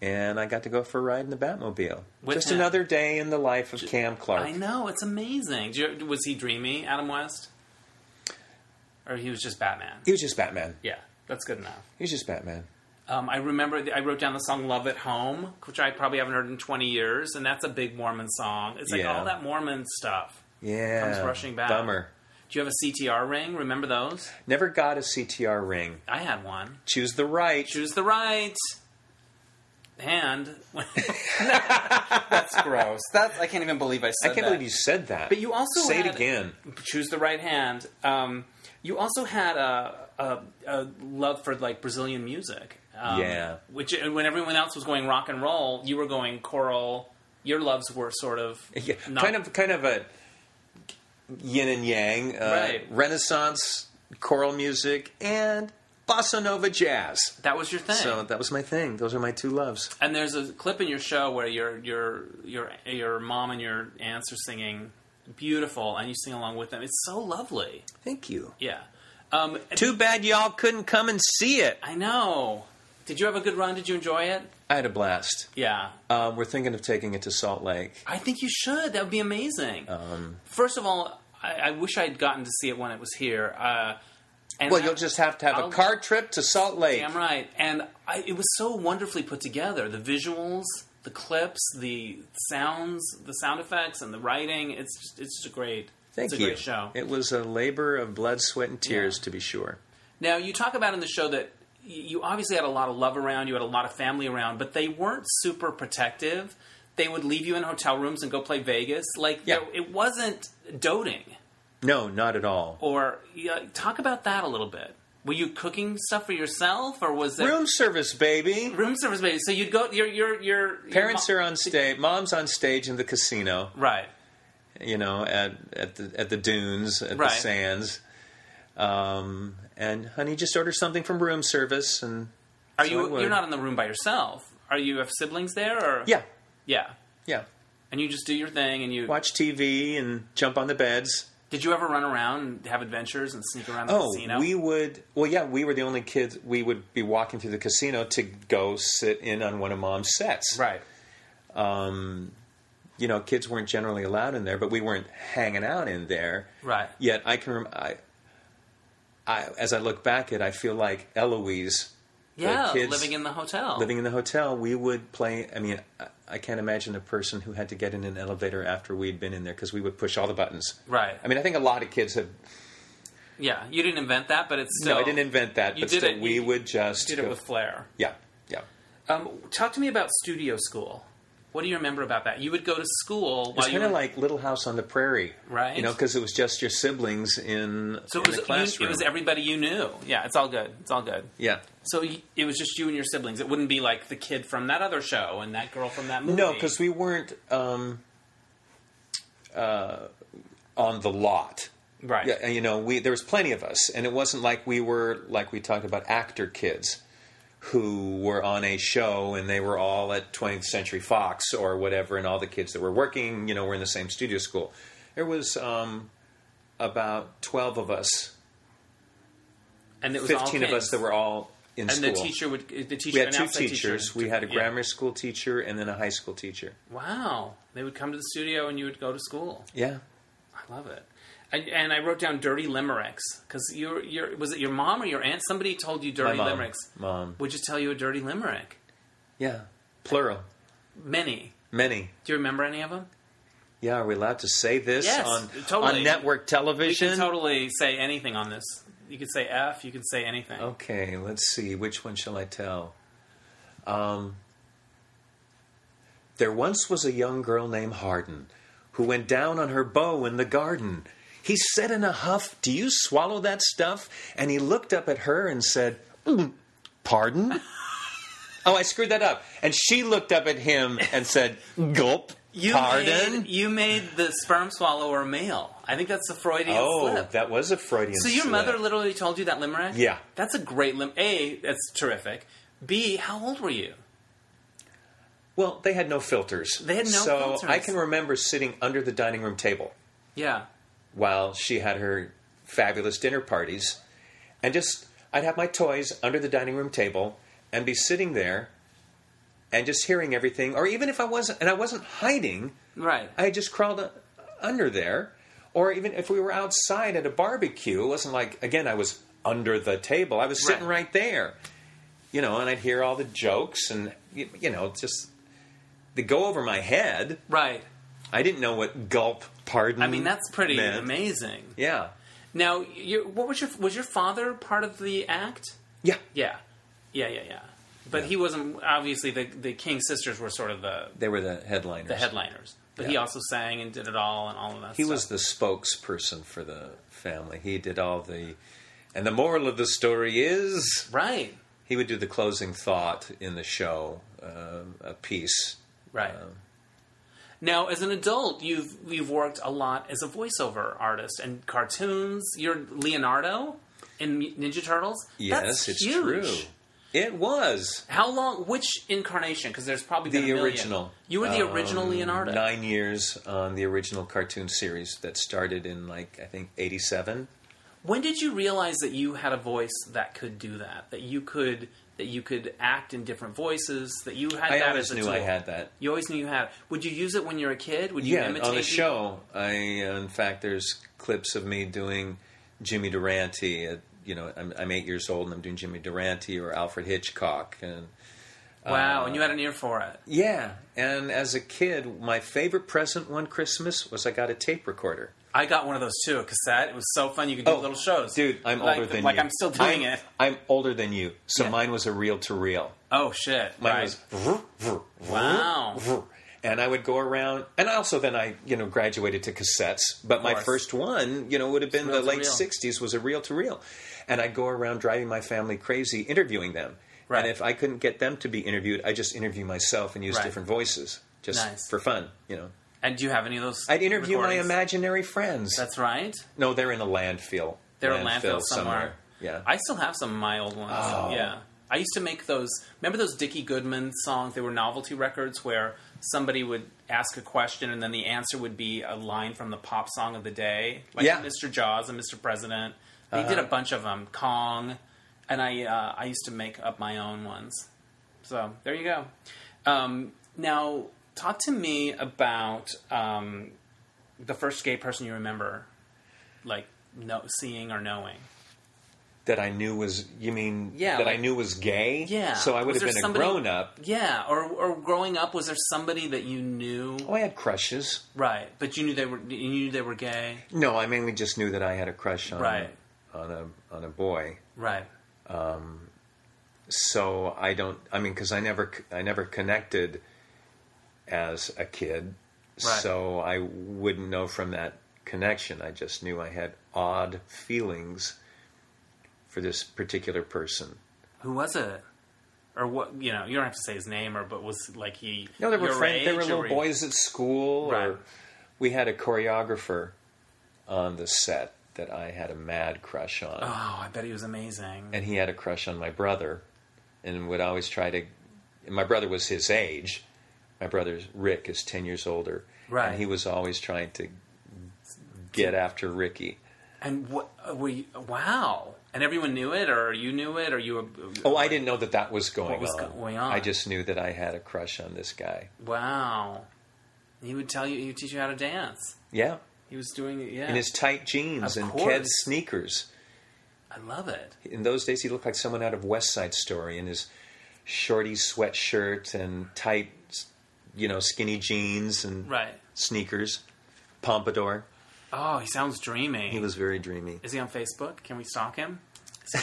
and I got to go for a ride in the Batmobile.
With
just
him.
another day in the life of Cam Clark.
I know it's amazing. Do you, was he dreamy, Adam West, or he was just Batman?
He was just Batman.
Yeah, that's good enough.
He was just Batman.
Um, I remember th- I wrote down the song "Love at Home," which I probably haven't heard in twenty years, and that's a big Mormon song. It's like
Yeah.
all that Mormon stuff.
Yeah,
Comes rushing back.
Bummer.
Do you have a CTR ring? Remember those?
Never got a CTR ring.
I had one.
Choose the right.
choose the right hand. That's gross. That's I can't even believe I
I
said.
can't
that.
believe you said that.
But you also
say it
had-
again.
choose the right hand. Um, you also had a, a, a love for like Brazilian music. Um,
Yeah.
Which when everyone else was going rock and roll, you were going choral. Your loves were sort of
Yeah,
not-
kind of kind of a yin and yang. Uh,
Right.
Renaissance choral music and bossa nova jazz.
That was your thing.
So that was my thing. Those are my two loves.
And there's a clip in your show where your your your your mom and your aunts are singing beautiful, and you sing along with them. It's so lovely.
Thank you.
Yeah. Um,
Too bad y'all couldn't come and see it.
I know. Did you have a good run? Did you enjoy it?
I had a blast.
Yeah.
Um, we're thinking of taking it to Salt Lake.
I think you should. That would be amazing.
Um,
First of all, I, I wish I had gotten to see it when it was here. Uh, and
Well,
I-
you'll just have to have
I'll-
a car trip to Salt Lake.
Damn right. And I, it was so wonderfully put together. The visuals, the clips, the sounds, the sound effects, and the writing. It's just, it's just a great.
Thank
it's a
you.
great show.
It was a labor of blood, sweat, and tears, to be sure.
Now, you talk about in the show that y- you obviously had a lot of love around, you had a lot of family around, but they weren't super protective. They would leave you in hotel rooms and go play Vegas. Like,
Yeah.
there- it wasn't doting.
No, not at all.
Or yeah, talk about that a little bit. Were you cooking stuff for yourself, or was there
Room service, baby.
room service? Baby, so you'd go. Your your your
Parents
your
are on stage. Mom's on stage in the casino.
mo- right.
you know, at at the at the dunes, at
Right.
the sands. Um, and honey, just order something from room service, and
Are
So I
you
would.
you're not in the room by yourself? Are you have siblings there? Or
yeah,
yeah,
yeah.
and you just do your thing and you
Watch TV and jump on the beds.
Did you ever run around and have adventures and sneak around the
Oh,
casino?
we would. Well, yeah, we were the only kids. We would be walking through the casino to go sit in on one of mom's sets.
right.
You know, kids weren't generally allowed in there, but we weren't hanging out in there.
Right.
Yet I can. Rem- I, I as I look back at, it, I feel like Eloise. the
Yeah,
kids
living in the hotel.
living in the hotel. We would play. I mean, I, I can't imagine a person who had to get in an elevator after we'd been in there because we would push all the buttons.
Right.
I mean, I think a lot of kids have.
yeah, you didn't invent that, but it's
No,
still,
I didn't invent that,
you
but
did
still,
it.
we
You
would just
did it
go-
with flair.
yeah, yeah.
Um, talk to me about studio school. What do you remember about that? You would go to school
It's
while you
kind of
were
like Little House on the Prairie,
Right.
You know, because it was just your siblings in,
so
in
it was
the
you,
classroom.
it was everybody you knew. Yeah, it's all good. It's all good.
yeah.
So y- it was just you and your siblings. It wouldn't be like the kid from that other show and that girl from that movie.
No, because we weren't um, uh, on the lot.
right,
Yeah, and, you know, we there was plenty of us, and it wasn't like we were like we talked about actor kids who were on a show and they were all at 20th Century Fox or whatever, and all the kids that were working, you know, were in the same studio school. There was um, about 12 of us,
and it was all
15 of
kids.
us that were all in
And
school.
the teacher would the teacher
we had two
announced that
teachers.
Teacher,
We had a
Yeah.
grammar school teacher and then a high school teacher.
Wow, they would come to the studio and you would go to school.
Yeah.
I love it. And, and I wrote down dirty limericks because your your was it your mom or your aunt? Somebody told you dirty
mom.
limericks.
Mom.
would just tell you a dirty limerick.
Yeah. Plural.
Many.
Many.
Do you remember any of them?
Yeah, are we allowed to say this
Yes,
on,
totally.
on network
You
television?
can totally say anything on this. You could say F. You could say anything.
Okay, let's see. Which one shall I tell? Um, there once was a young girl named Harden who went down on her bow in the garden. He said in a huff, Do you swallow that stuff? And he looked up at her and said, "Mm, Pardon? oh, I screwed that up. And she looked up at him and said, Gulp.
You
pardon?
Made, you made the sperm swallower male. I think that's the Freudian
oh,
slip.
that was a Freudian
so your
slip.
mother literally told you that limerick?
Yeah.
That's a great lim. A, that's terrific. B, how old were you?
Well, they had no filters.
They had no
so
filters.
I can remember sitting under the dining room table
Yeah.
while she had her fabulous dinner parties, and just I'd have my toys under the dining room table and be sitting there and just hearing everything. Or even if I wasn't, and I wasn't hiding,
Right.
I had just crawled uh, under there. Or even if we were outside at a barbecue, it wasn't like again I was under the table. I was sitting
Right.
right, there, you know, and I'd hear all the jokes and y- you know just they go over my head.
right.
I didn't know what gulp pardon.
I mean, that's pretty
meant.
amazing.
Yeah.
Now, you what was your was your father part of the act?
Yeah.
Yeah. Yeah, yeah, yeah. But he wasn't obviously the the King sisters were sort of the
They were the headliners.
the headliners. But he
Yeah.
also sang and did it all and all of that
He
stuff.
was the spokesperson for the family. He did all the. And the moral of the story is
Right.
he would do the closing thought in the show, uh, a piece.
Right.
Um,
now, as an adult, you've you've worked a lot as a voiceover artist and cartoons. You're Leonardo in Ninja Turtles.
Yes,
That's
it's
huge.
true. It was
How long? Which incarnation? Because there's probably been
the
a million.
original.
You were the original
um,
Leonardo.
Nine years on the original cartoon series that started in, like, I think, 87.
When did you realize that you had a voice that could do that? That you could that you could act in different voices. That you had
I
that
always
as a
knew
tool.
I had that.
You always knew you had. it. Would you use it when you're a kid? Would you
Yeah,
imitate
on the
people?
show, I uh, in fact there's clips of me doing Jimmy Durante. At, you know, I'm, I'm eight years old and I'm doing Jimmy Durante or Alfred Hitchcock, and
Wow,
Uh,
and you had an ear for it.
yeah. And as a kid, my favorite present one Christmas was I got a tape recorder.
I got one of those too, a cassette. It was so fun. You could do Oh, little shows,
Oh, dude. I'm
like,
older than
like
you.
I'm still doing
I'm-
it.
I'm older than you, so
Yeah.
mine was a reel to reel.
Oh shit!
Mine
right.
was vroom, vroom, vroom,
Wow.
vroom. And I would go around, and also then I, you know, graduated to cassettes. But my
course.
first one, you know, would have been the
Reel to
late
reel.
'60s was a reel to reel, and I go around driving my family crazy, interviewing them.
Right.
And if I couldn't get them to be interviewed, I just interview myself and use
Right.
different voices just
Nice.
for fun, you know.
and do you have any of those?
I'd interview
recordings?
my imaginary friends.
That's right.
no, they're in a landfill.
They're in a landfill somewhere.
Yeah. Oh.
I still have some of my old ones. Yeah. I used to make those. Remember those Dickie Goodman songs? They were novelty records where somebody would ask a question and then the answer would be a line from the pop song of the day, like
Yeah. Uh-huh.
Mr. Jaws and Mr. President. They did a bunch of them, Kong, and I uh, I used to make up my own ones. So there you go. Um, now talk to me about um, the first gay person you remember, like no seeing or knowing.
that I knew was you mean
Yeah,
that
like-
I knew was gay.
Yeah.
So I would
Was
have
there
been
somebody-
a grown up.
Yeah, or or growing up, was there somebody that you knew?
Oh, I had crushes.
Right, but you knew they were you knew they were gay.
No, I mainly just knew that I had a crush on
Right.
on a on a boy.
Right.
So I don't. I mean, because I never I never connected as a kid,
Right.
so I wouldn't know from that connection. I just knew I had odd feelings for this particular person.
Who was it? Or what? You know, you don't have to say his name, or but was like he?
No, there were
your
friends. There
age,
were
or
little
he-
boys at school.
Right.
Or we had a choreographer on the set that I had a mad crush on,
Oh, I bet he was amazing.
and he had a crush on my brother, and would always try to. And my brother was his age. My brother Rick is ten years older,
Right.
and he was always trying to get after Ricky.
And what uh, were you? Wow! And everyone knew it, or you knew it, or you?
Oh, I didn't know that that was going,
was
on.
going on?
I just knew that I had a crush on this guy.
Wow! He would tell you. He would teach you how to dance.
Yeah,
He was doing it. Yeah,
in his tight jeans
Of
and
course.
Keds sneakers.
I love it.
in those days he looked like someone out of West Side Story in his shorty sweatshirt and tight, you know, skinny jeans and
Right.
sneakers, pompadour.
Oh, he sounds dreamy.
He was very dreamy.
Is he on Facebook? Can we stalk him?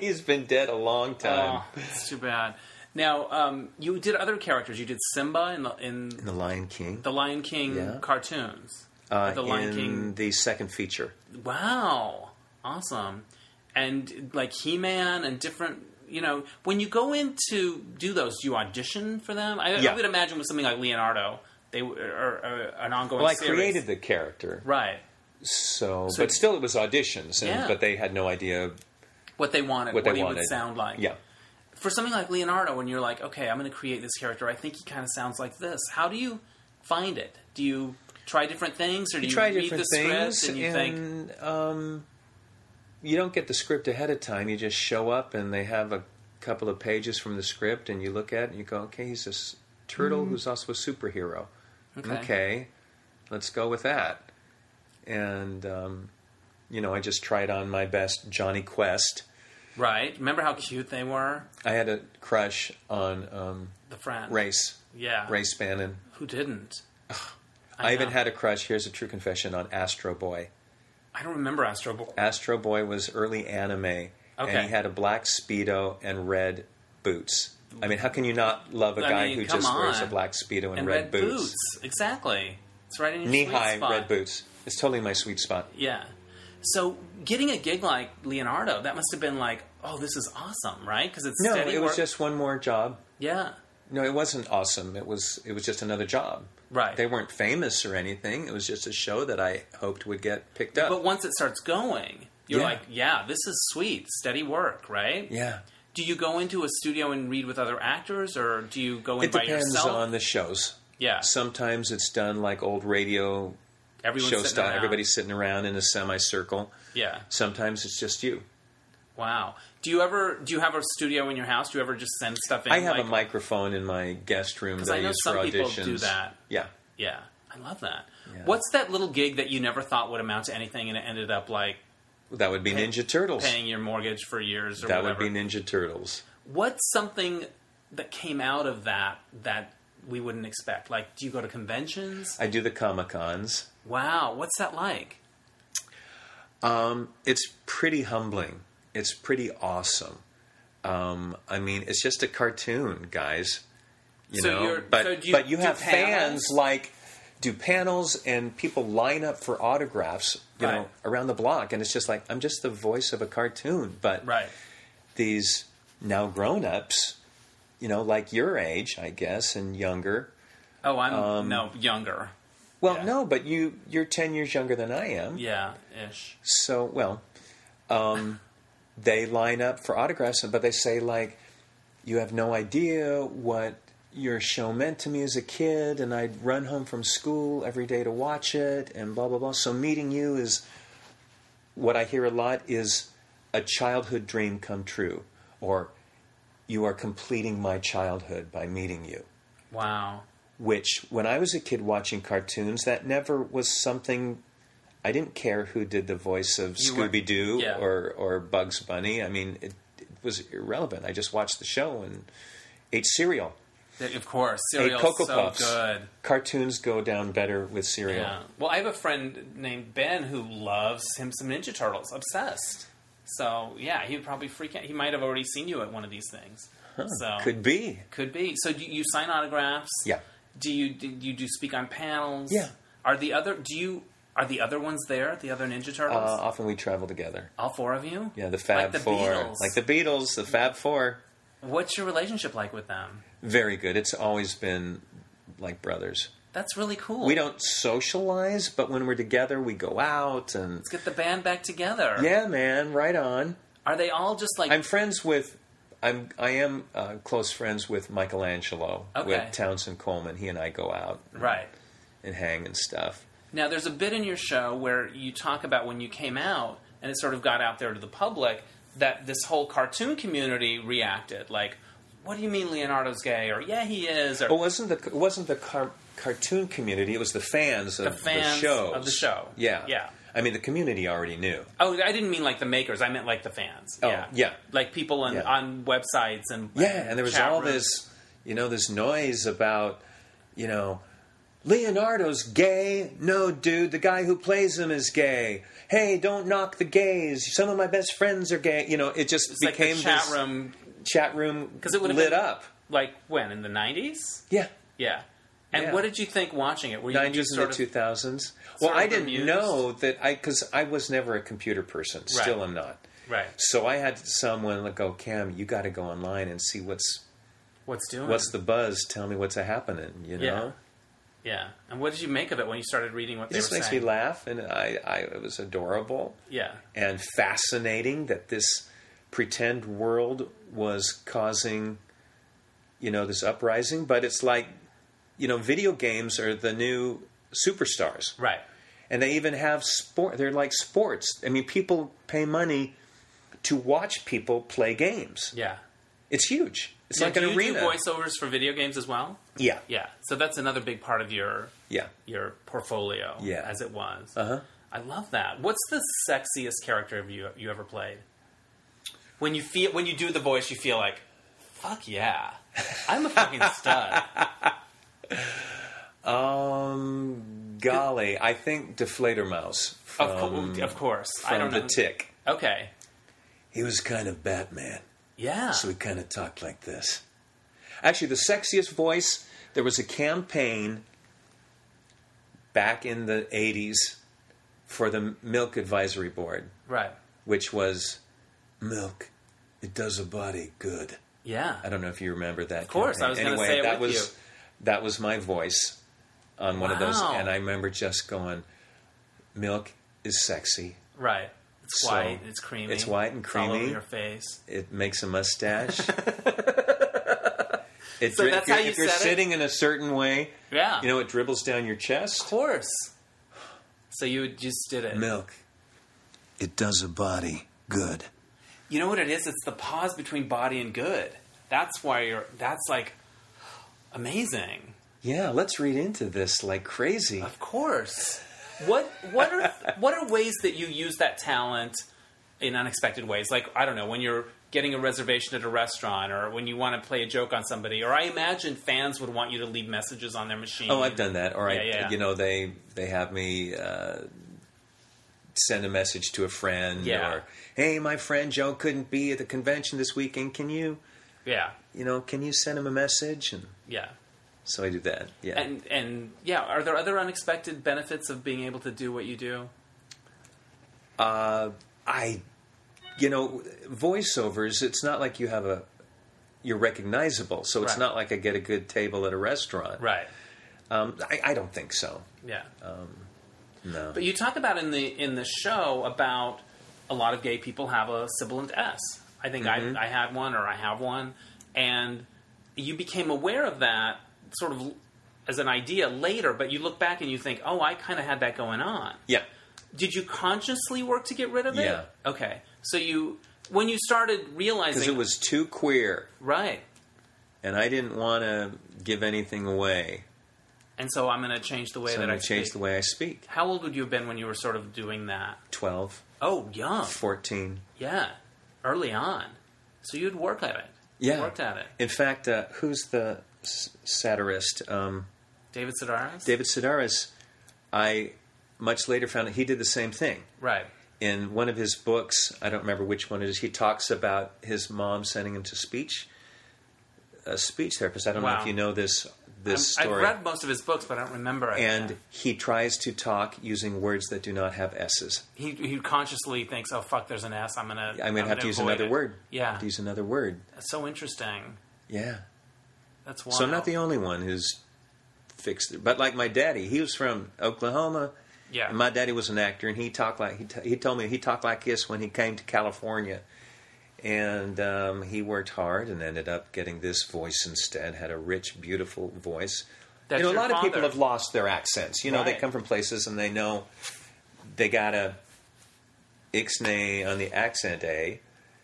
He's been dead a long time.
Oh, it's too bad. Now, um, you did other characters. You did Simba in the, in
The Lion King.
the Lion King
Yeah.
cartoons.
uh,
the Lion
in
King.
the second feature.
Wow, awesome! And like He Man and different. You know, when you go in to do those, do you audition for them? I, I
Yeah.
would imagine with something like Leonardo, they w- or, or an ongoing.
Well, I
series.
created the character,
right
so, but still it was auditions, and,
Yeah.
but they had no idea
what they wanted,
what
what,
they
he
wanted.
would sound like.
Yeah.
for something like Leonardo, when you're like, okay, I'm going to create this character, I think he kind of sounds like this. How do you find it? Do you try different things, or do you,
try
read
different
the
things
script and you think,
um, you don't get the script ahead of time. You just show up and they have a couple of pages from the script and you look at it and you go, okay, he's this turtle who's also a superhero.
Okay.
Okay, let's go with that. And um, you know, I just tried on my best Johnny Quest.
right? Remember how cute they were?
I had a crush on um,
The friend,
Race
Yeah,
Race Bannon.
Who didn't?
I, even
know.
had a crush. Here's a true confession on Astro Boy.
I don't remember Astro Boy.
Astro Boy was early anime,
Okay.
and he had a black speedo and red boots. I mean, how can you not love a
I
guy
mean,
who
come
just wears a
on.
black speedo and,
and
red, boots,
exactly. It's right in your
knee
sweet
high
spot.
red boots? It's totally my sweet spot.
Yeah. So getting a gig like Leonardo, that must have been like, oh, this is awesome, right? Because it's
No,
steady
it was
work-
just one more job.
yeah,
No, it wasn't awesome. It was it was just another job.
right.
They weren't famous or anything. It was just a show that I hoped would get picked up.
But once it starts going, you're
Yeah.
like, yeah, this is sweet, steady work, right?
yeah,
Do you go into a studio and read with other actors, or do you go in
it
by
depends
yourself?
on the shows.
yeah,
Sometimes it's done like old radio
everyone's
show
sitting
style.
around.
Everybody's sitting around in a semicircle.
Yeah,
Sometimes it's just you.
wow. Do you ever do you have a studio in your house? Do you ever just send stuff in?
I have
like-
a microphone in my guest room that
I
I,
know
use
some
for
people
auditions.
do that.
Yeah.
Yeah, I love that. What's that little gig that you never thought would amount to anything, and it ended up like
That would be Ninja Turtles.
paying your mortgage for years or
That
whatever?
would be Ninja Turtles.
What's something that came out of that that we wouldn't expect? Like, do you go to conventions?
I do the Comic Cons.
Wow, what's that like?
It's pretty humbling. It's pretty awesome. Um, I mean, it's just a cartoon, guys. You
So
know,
you're-
but
so do you
but you
do
have
panels?
fans like do panels and people line up for autographs, you know,
Right.
around the block, and it's just like I'm just the voice of a cartoon, but
Right.
these now grown-ups you know like your age i guess and younger
Oh, I'm
Um,
no younger.
well
Yeah.
no but you you're 10 years younger than i am
Yeah, ish.
so well um, they line up for autographs but they say like you have no idea what your show meant to me as a kid, and I'd run home from school every day to watch it, and blah blah blah. So meeting you is what I hear a lot is a childhood dream come true, or you are completing my childhood by meeting you.
Wow.
Which, when I was a kid watching cartoons, that never was something. I didn't care who did the voice of
You weren't-
Scooby Doo
yeah.
or or Bugs Bunny. I mean, it, it was irrelevant. I just watched the show and ate cereal.
Th- Of course, cereal's
Cocoa
so
Puffs.
good.
Cartoons go down better with cereal.
Yeah. Well, I have a friend named Ben who loves him some Ninja Turtles, obsessed. So yeah, he would probably freak out. He might have already seen you at one of these things. so
Could be.
could be. So do you sign autographs?
Yeah.
Do you do you do speak on panels?
Yeah.
Are the other do you are the other ones there? The other Ninja
Uh,
Turtles?
often we travel together.
All four of you?
Yeah, the Fab
like the
Four,
Beatles.
like the Beatles, the Fab Four.
What's your relationship like with them?
Very good. It's always been like brothers.
That's really cool.
We don't socialize, but when we're together, we go out and
Let's get the band back together.
yeah, man, right on.
Are they all just like
I'm friends with. I'm I am uh, close friends with Michelangelo
Okay.
with Townsend Coleman. He and I go out
right?
and hang and stuff.
Now, there's a bit in your show where you talk about when you came out and it sort of got out there to the public that this whole cartoon community reacted like, "What do you mean Leonardo's gay?" or "Yeah, he is." Or
It wasn't the it wasn't the car- cartoon community. It was the fans of the,
fans
shows.
of the show.
Yeah,
Yeah.
I mean, the community already knew.
oh, I didn't mean like the makers. I meant like the fans.
Oh,
yeah,
yeah.
like people on,
Yeah.
on websites and
Yeah, and there was
chat
all
rooms.
this, you know, this noise about, you know, Leonardo's gay. No, dude, the guy who plays him is gay. Hey, don't knock the gays. Some of my best friends are gay. You know, it just
It's like the
became
chat
this
room,
chat room
'Cause it would've
lit
been-
up.
like when in the '90s.
Yeah.
Yeah. And
Yeah.
what did you think watching it? Were you
Nineties
just
and
sort
the
of
two thousands. Well,
sort
I
of
didn't
amused?
know that I because I was never a computer person. Still, am not.
right?
So I had someone go, Cam, you got to go online and see what's
What's doing?
what's the buzz. Tell me what's a happening. You know.
Yeah. Yeah. And what did you make of it when you started reading what
It
they
just
were
makes
saying?
me laugh, and I, I it was adorable
Yeah.
and fascinating that this pretend world was causing, you know, this uprising. But it's like, you know, video games are the new superstars,
Right.
and they even have sport. They're like sports. I mean, people pay money to watch people play games.
Yeah.
It's huge. It's
Now,
like
do
an
you
arena.
do voiceovers for video games as well?
yeah,
Yeah. So that's another big part of your
yeah.
your portfolio.
Yeah.
As it was.
Uh-huh.
I love that. What's the sexiest character of you you ever played? When you feel when you do the voice, you feel like, fuck yeah, I'm a fucking stud.
Um, golly, I think Deflator Mouse from,
Of, course, of course.
from
I don't
the
know.
Tick.
Okay.
He was kind of Batman,
Yeah.
so he kind of talked like this. Actually, the sexiest voice. There was a campaign back in the '80s for the Milk Advisory Board,
Right.
which was milk. It does a body good.
Yeah.
I don't know if you remember that. Of
course, I was gonna
anyway,
say it
that
with
was
you.
that was my voice on one of those,
Wow.
and I remember just going, "Milk is sexy.
Right. It's
So,
white. It's creamy.
it's white and
It's all over
creamy.
your face.
It makes a mustache." It,
So
dri-
that's
if you're,
how you
if you're
said it? Ah.
sitting in a certain way,
Yeah.
you know it dribbles down your chest.
course. So you just did it.
Milk, it does a body good.
You know what it is? It's the pause between body and good. That's why you're. That's like amazing.
Yeah, let's read into this like crazy.
Of course. What what are what are ways that you use that talent in unexpected ways? Like I don't know when you're getting a reservation at a restaurant, or when you want to play a joke on somebody, or I imagine fans would want you to leave messages on their machine.
Oh, I've done that. Or I,
Yeah, yeah.
you know, they they have me uh, send a message to a friend.
Yeah.
Or, hey, my friend Joe couldn't be at the convention this weekend. Can you,
Yeah,
you know, can you send him a message? And
yeah.
so I do that. Yeah.
And and yeah, are there other unexpected benefits of being able to do what you do?
I, you know, voiceovers. It's not like you have a. You're recognizable, so it's
Right.
not like I get a good table at a restaurant.
Right.
Um, I, I don't think so.
Yeah.
Um, No.
But you talk about in the in the show about a lot of gay
Mm-hmm.
people have a sibilant S. I think I, I had one or I have one, and you became aware of that sort of as an idea later, but you look back and you think, oh, I kind of had that going on.
Yeah.
Did you consciously work to get rid of it?
Yeah.
Okay. So you, when you started realizing,
Because it was too queer,
right,
and I didn't want to give anything away.
and so I'm going to change the way
So
that
I
I
changed
speak.
the way I speak.
How old would you have been when you were sort of doing that?
12,
Oh, young.
14.
Yeah. Early on. So you'd work at it.
Yeah.
Worked at it.
In fact, uh, who's the s- satirist? Um,
David Sedaris?
David Sedaris. I much later found that he did the same thing.
right.
in one of his books, I don't remember which one it is, he talks about his mom sending him to speech a speech therapist. I don't know
Wow.
if you know this this
I've
story.
read most of his books, but I don't remember it.
and he tries to talk using words that do not have s's.
he, he consciously thinks, oh, fuck, there's an S. I'm going to.
I'm going to have to use another word.
Yeah.
Have to use another word.
That's so interesting.
Yeah.
That's why.
So I'm not the only one who's fixed it. But like my daddy, he was from Oklahoma.
Yeah.
And my daddy was an actor, and he talked like he, t- he told me he talked like this when he came to California, and um, he worked hard and ended up getting this voice instead. Had a rich, beautiful voice.
That's
you know, a
your
lot of people
father.
have lost their accents. You know, they
Right.
come from places and they know they got a ixnay on the accent eh? a.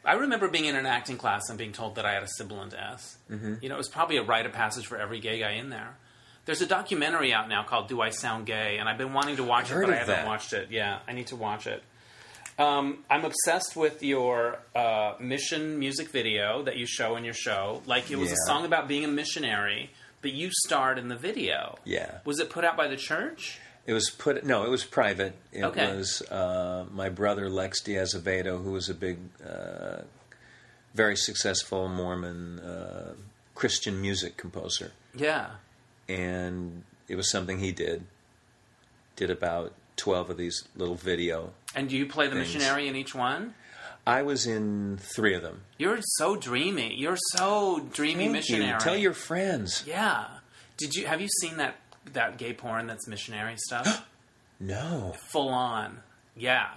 I remember being in an acting class and being told that I had a sibilant S. Mm-hmm. You know, it was probably a rite of passage for every gay guy in there. There's a documentary out now called "Do I Sound Gay?" and I've been wanting to watch it,
heard
but I
of
haven't
that.
watched it. Yeah, I need to watch it. Um, I'm obsessed with your uh, mission music video that you show in your show. Like it was a
Yeah.
song about being a missionary, but you starred in the video.
Yeah.
was it put out by the church?
It was put no, it was private. It
Okay.
was uh, my brother Lex Diaz Avedo, who was a big, uh, very successful Mormon uh, Christian music composer,
Yeah.
and it was something he did. Did about twelve of these little video.
And do you play the
Things.
missionary in each one?
I was in three of them.
You're so dreamy. You're so dreamy missionary.
You tell your friends.
Yeah. Did you have you seen that that gay porn that's missionary stuff?
No,
Full on. Yeah.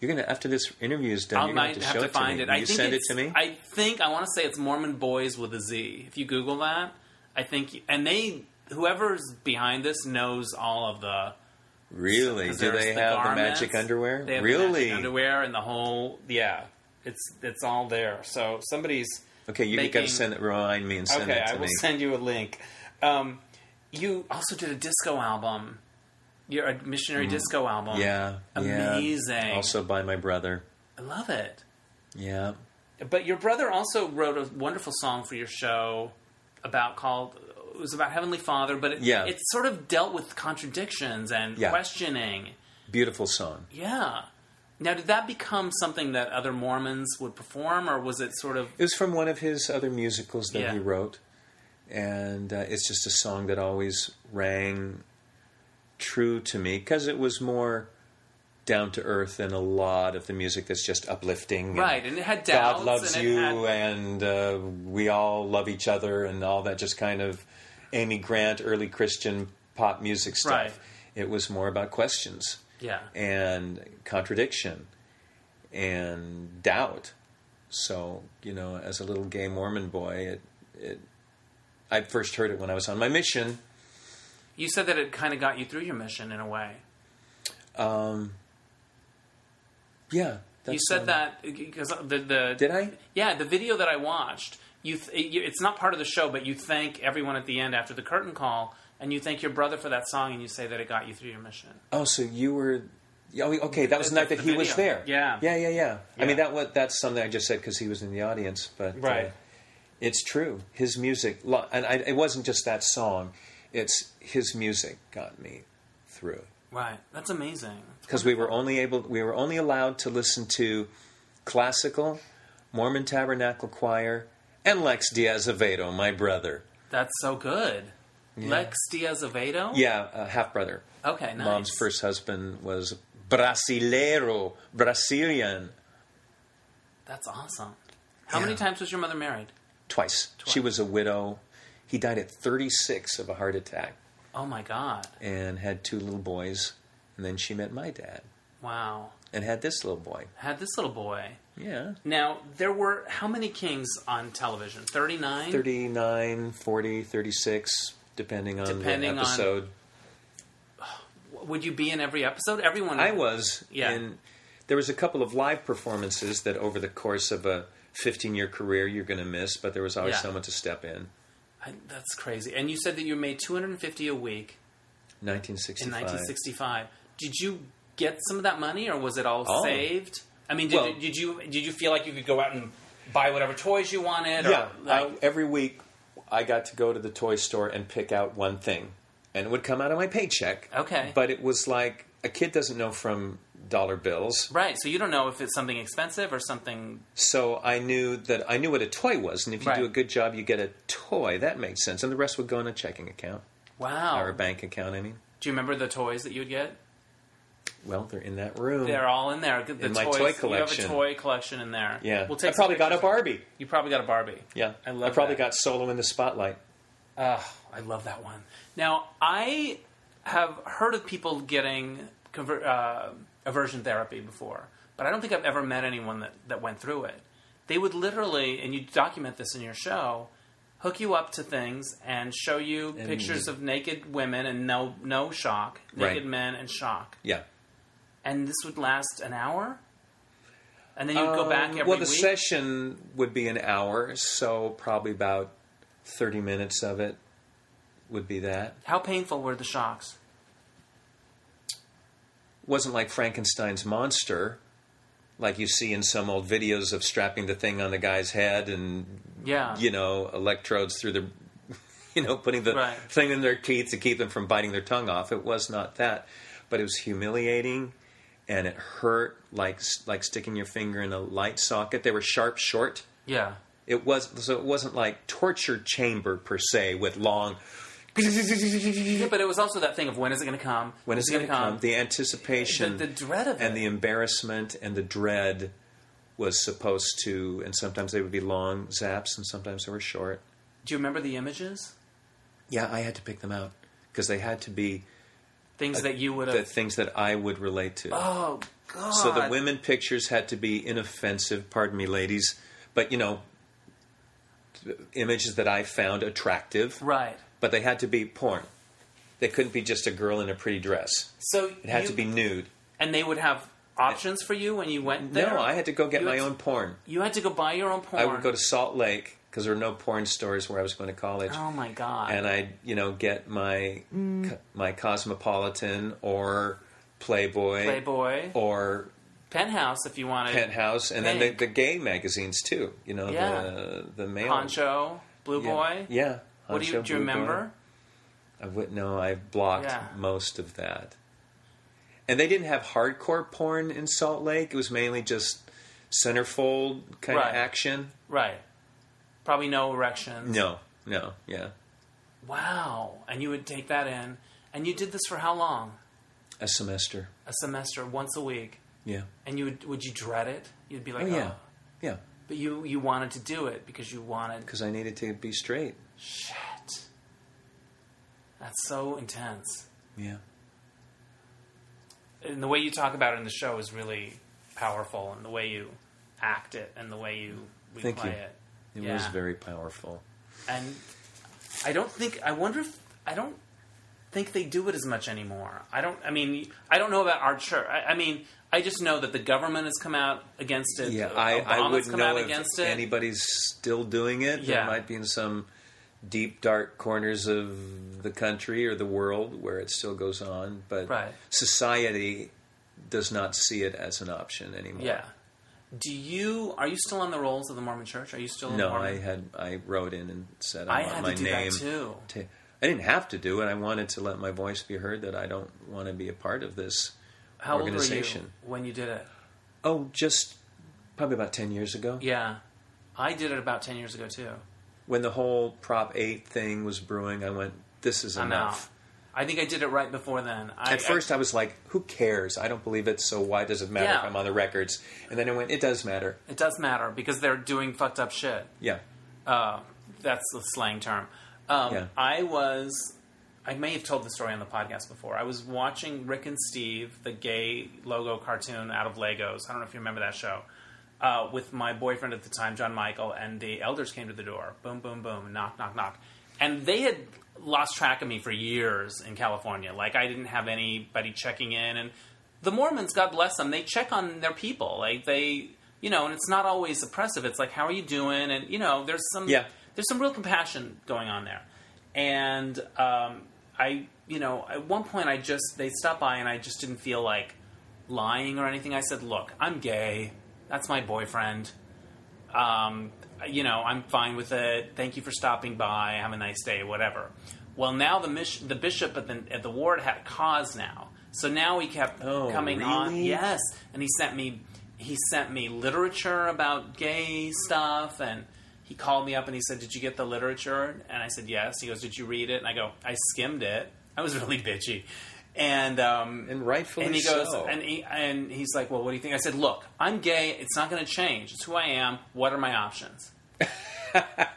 you're gonna after this interview is done.
I
you're gonna
might
have to
have
show
to
it to
find
me.
it.
Will
I
you
think
send it
it's-
to me.
I think I want to say it's Mormon boys with a Z. If you Google that, I think and they whoever's behind this knows all of the.
really?
'cause
Do
there's
they have the
garments,
magic underwear?
They have the magic
really?
underwear and the whole yeah. It's it's all there. So somebody's
Okay, you got to
making-
send it. Remind me and send
okay,
it
I
to
will
me.
send you a link. Um, you also did a disco album. You're a missionary disco album.
Mm-hmm. yeah, yeah.
amazing.
Also by my brother.
I love it.
Yeah,
But your brother also wrote a wonderful song for your show about called it was about Heavenly Father, but it,
Yeah.
it sort of dealt with contradictions and
Yeah.
questioning.
beautiful song.
Yeah. Now, did that become something that other Mormons would perform, or was it sort of
It was from one of his other musicals that
Yeah.
he wrote, and uh, it's just a song that always rang true to me because it was more down to earth than a lot of the music that's just uplifting. and
right? And it had doubts.
God loves
and it
you,
had-
and uh, we all love each other, and all that just kind of Amy Grant, early Christian pop music stuff.
Right.
It was more about questions.
yeah.
and contradiction and doubt. So you know, as a little gay Mormon boy, it it I first heard it when I was on my mission.
You said that it kind of got you through your mission in a way.
Yeah, that's
You said
um,
that uh, because the the
Did I?
yeah the video that I watched you th- you- it's not part of the show but you thank everyone at the end after the curtain call and you thank your brother for that song and you say that it got you through your mission.
Oh, so you were. yeah, oh, Okay, that was the night that
the
he was
video.
there.
Yeah.
yeah, yeah, yeah.
Yeah.
I mean, that was that's something I just said because he was in the audience, but uh,
Right.
it's true. His music, lo- and I, it wasn't just that song. It's his music got me through.
Right, that's amazing.
because we were only able we were only allowed to listen to classical Mormon Tabernacle Choir and Lex Diaz Avedo, my brother.
That's so good. Lex Diaz Avedo.
Yeah, uh, half brother.
Okay. Oh, Nice.
Mom's first husband was Brasileiro, Brazilian.
That's awesome. How
Yeah.
many times was your mother married?
Twice. She was a widow. He died at 36 of a heart attack
Oh my God!
and had two little boys. And then she met my dad.
Wow.
and had this little boy.
Had this little boy.
Yeah.
Now, there were how many kings on television? 39?
39, 40, 36, depending on
Depending
the
on-
episode.
Would you be in every episode? Everyone.
I was.
Yeah.
And there was a couple of live performances that over the course of a 15 year career you're going to miss, but there was always
Yeah.
someone to step in.
I- that's crazy. And you said that you made 250 a week in
1965.
1965. Did you get some of that money or was it all
Oh.
saved? I mean, did,
Well-
did you did you feel like you could go out and buy whatever toys you wanted? Or,
Yeah.
like-
I, every week I got to go to the toy store and pick out one thing, and it would come out of my paycheck.
Okay.
But it was like a kid doesn't know from dollar bills.
right. So you don't know if it's something expensive or something.
So I knew that I knew what a toy was, and if you
Right.
do a good job, you get a toy. That makes sense, and the rest would go in a checking account
Wow.
or a bank account. I mean,
Do you remember the toys that you would get?
well, they're in that room.
They're all in there. The
In my
toys,
toy
You
collection.
have a toy collection in there.
yeah,
We'll take
I probably
some
got a
pictures.
Barbie.
You probably got a Barbie.
Yeah,
I love
I probably
that.
got Solo in the Spotlight.
Ah, I love that one. Now, I have heard of people getting conver- uh, aversion therapy before, but I don't think I've ever met anyone that, that went through it. They would literally, and you document this in your show, hook you up to things and show you pictures of naked women and no no shock, naked
Right.
men and shock,
Yeah.
and this would last an hour, and then you'd go back
Um,
every
well, the
week.
session would be an hour, so probably about thirty minutes of it would be that.
How painful were the shocks?
wasn't like Frankenstein's monster, like you see in some old videos of strapping the thing on the guy's head and
Yeah,
you know electrodes through the, you know, putting the
Right.
thing in their teeth to keep them from biting their tongue off. It was not that, but it was humiliating, and it hurt like like sticking your finger in a light socket. They were sharp, short.
yeah.
It was so it wasn't like torture chamber per se with long.
Yeah, but it was also that thing of when is it going to come?
When is it going to come? The anticipation,
the, the dread of it.
and the embarrassment and the dread was supposed to and sometimes they would be long zaps and sometimes they were short
Do you remember the images?
yeah i had to pick them out because they had to be
Things that you would
Uh, the
have.
things that i would relate to
uh, Oh God!
so the women pictures had to be inoffensive pardon me ladies but you know images that i found attractive
Right.
but they had to be porn they couldn't be just a girl in a pretty dress
So
it had to be nude
And they would have options for you when you went there.
no i had to go get
You
my
had to-
own porn
You had to go buy your own porn.
I would go to Salt Lake because there were no porn stores where I was going to college,
Oh Mm. my God!
and I'd you know get my co- my Cosmopolitan or Playboy,
Playboy,
or
penthouse if you wanted.
Oh. Penthouse, and then the,
Think.
the gay magazines too. You know
Yeah.
the the male
Poncho, Blue
yeah.
Boy.
Yeah.
What do you do?
Poncho,
You
Blue Boy.
remember?
I would no. I blocked
Yeah.
most of that, and they didn't have hardcore porn in Salt Lake. It was mainly just centerfold kind
Right.
of action.
Right. Probably no erections.
No, no, yeah.
Wow. And you would take that in, and you did this for how long?
A semester.
A semester, once a week.
Yeah.
And you would would you dread it? You'd be like,
Oh, yeah.
"Oh."
Yeah.
but you you wanted to do it because you wanted.
Because I needed to be straight.
Shit, that's so intense.
Yeah.
And the way you talk about it in the show is really powerful, and the way you act it, and the way you we
Thank
play
you.
it.
It
Yeah.
was very powerful.
And I don't think I wonder if I don't think they do it as much anymore. I don't. I mean, I don't know about our church. I, I mean. I just know that the government has come out against it.
Yeah, I, I
Obama's
would
come
know
out
if
against it.
anybody's still doing it.
Yeah.
There might be in some deep, dark corners of the country or the world where it still goes on, but
Right.
society does not see it as an option anymore.
Yeah. Do you are you still on the rolls of the Mormon Church? Are you still
No,
Mormon?
I had I wrote in and said
I
I, want
had
my
to do
name.
that too.
to I didn't have to do it. I wanted to let my voice be heard that I don't want to be a part of this
How old were you
organization.
when you did it?
Oh, just probably about 10 years ago
Yeah, I did it about ten years ago too.
when the whole Prop 8 thing was brewing, I went, this is
I'm
enough.
out. I think I did it right before then. I,
At first, I was like, who cares? I don't believe it, so why does it matter
Yeah.
if I'm on the records? And then I went, it does matter.
I- it does matter because they're doing fucked up shit.
Yeah.
Uh, that's the slang term. Um,
Yeah.
I was. I may have told the story on the podcast before. I was watching Rick and Steve, the gay logo cartoon out of Legos. I don't know if you remember that show. Uh, with my boyfriend at the time, John Michael, and the elders came to the door. Boom, boom, boom, knock, knock, knock. And they had lost track of me for years in California. Like I didn't have anybody checking in. And the Mormons, God bless them, they check on their people. Like they, you know, and it's not always oppressive. It's like, how are you doing? And you know, there's some
Yeah.
there's some real compassion going on there. And um, I, you know, at one point I just they stopped by and I just didn't feel like lying or anything. I said, look, I'm gay. That's my boyfriend. Um, you know, I'm fine with it. Thank you for stopping by. Have a nice day. Whatever. Well, now the mish- the bishop at the at the ward had a cause now, so now he kept
Oh,
coming on.
really?
Yes, and he sent me he sent me literature about gay stuff, and he called me up and he said, "Did you get the literature?" And I said, "Yes." He goes, "Did you read it?" And I go, "I skimmed it. I was really bitchy." And um,
and rightfully
and he goes,
so.
and he, and he's like, "Well, what do you think?" I said, "Look, I'm gay. It's not going to change. It's who I am. What are my options?"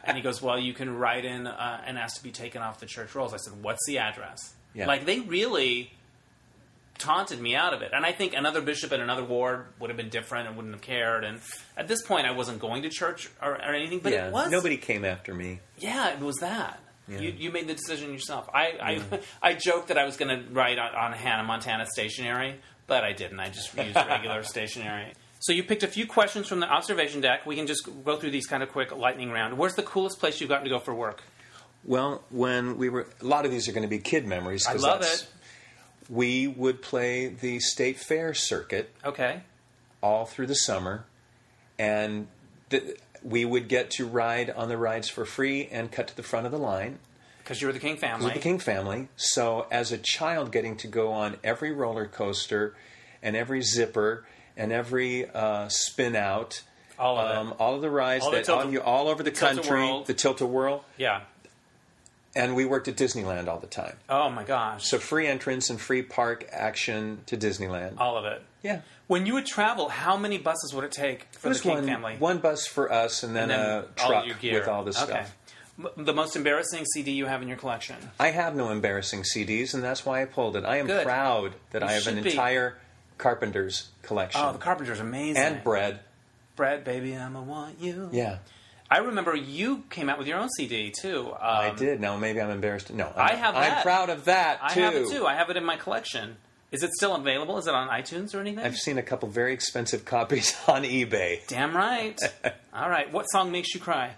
and he goes, "Well, you can write in uh, and ask to be taken off the church rolls." I said, "What's the address?"
Yeah.
Like they really taunted me out of it, and I think another bishop in another ward would have been different and wouldn't have cared. And at this point, I wasn't going to church or, or anything, but
yeah,
it was
nobody came after me.
yeah, it was that. You, you made the decision yourself. I I, I joked that I was going to write on, on Hannah Montana stationery, but I didn't. I just used regular stationery. So you picked a few questions from the observation deck. We can just go through these kind of quick lightning round. Where's the coolest place you've gotten to go for work?
Well, when we were, a lot of these are going to be kid memories.
I
'cause
love
that's-
it.
We would play the state fair circuit
Okay.
all through the summer, and th- we would get to ride on the rides for free and cut to the front of the line.
Because you were the King family.
with the King family. So as a child, getting to go on every roller coaster, and every zipper, and every uh, spin out, um,
All of it.
all of the rides
All the
that
tilt-
all, you, all over the country,
tilt-a-whirl.
the tilt a whirl,
Yeah.
and we worked at Disneyland all the time.
Oh my gosh.
So free entrance and free park action to Disneyland.
All of it.
yeah.
When you would travel, how many buses would it take for the
Just
King
one,
family?
one bus for us, and then,
And
a
all
truck
your gear.
with all this
Okay.
stuff.
M- The most embarrassing CD you have in your collection.
I have no embarrassing CDs, and that's why I pulled it. I am
Good.
proud that I have an
should be.
entire Carpenter's collection.
Oh, the Carpenter's amazing.
and bread.
Bread, baby, I'ma want you.
Yeah,
I remember you came out with your own CD too. Um,
I did. Now maybe I'm embarrassed. No, I'm,
I have
I'm
that.
proud of that
I
too.
have it too. I have it in my collection. Is it still available? Is it on iTunes or anything?
I've seen a couple very expensive copies on eBay.
Damn right. All right. What song makes you cry?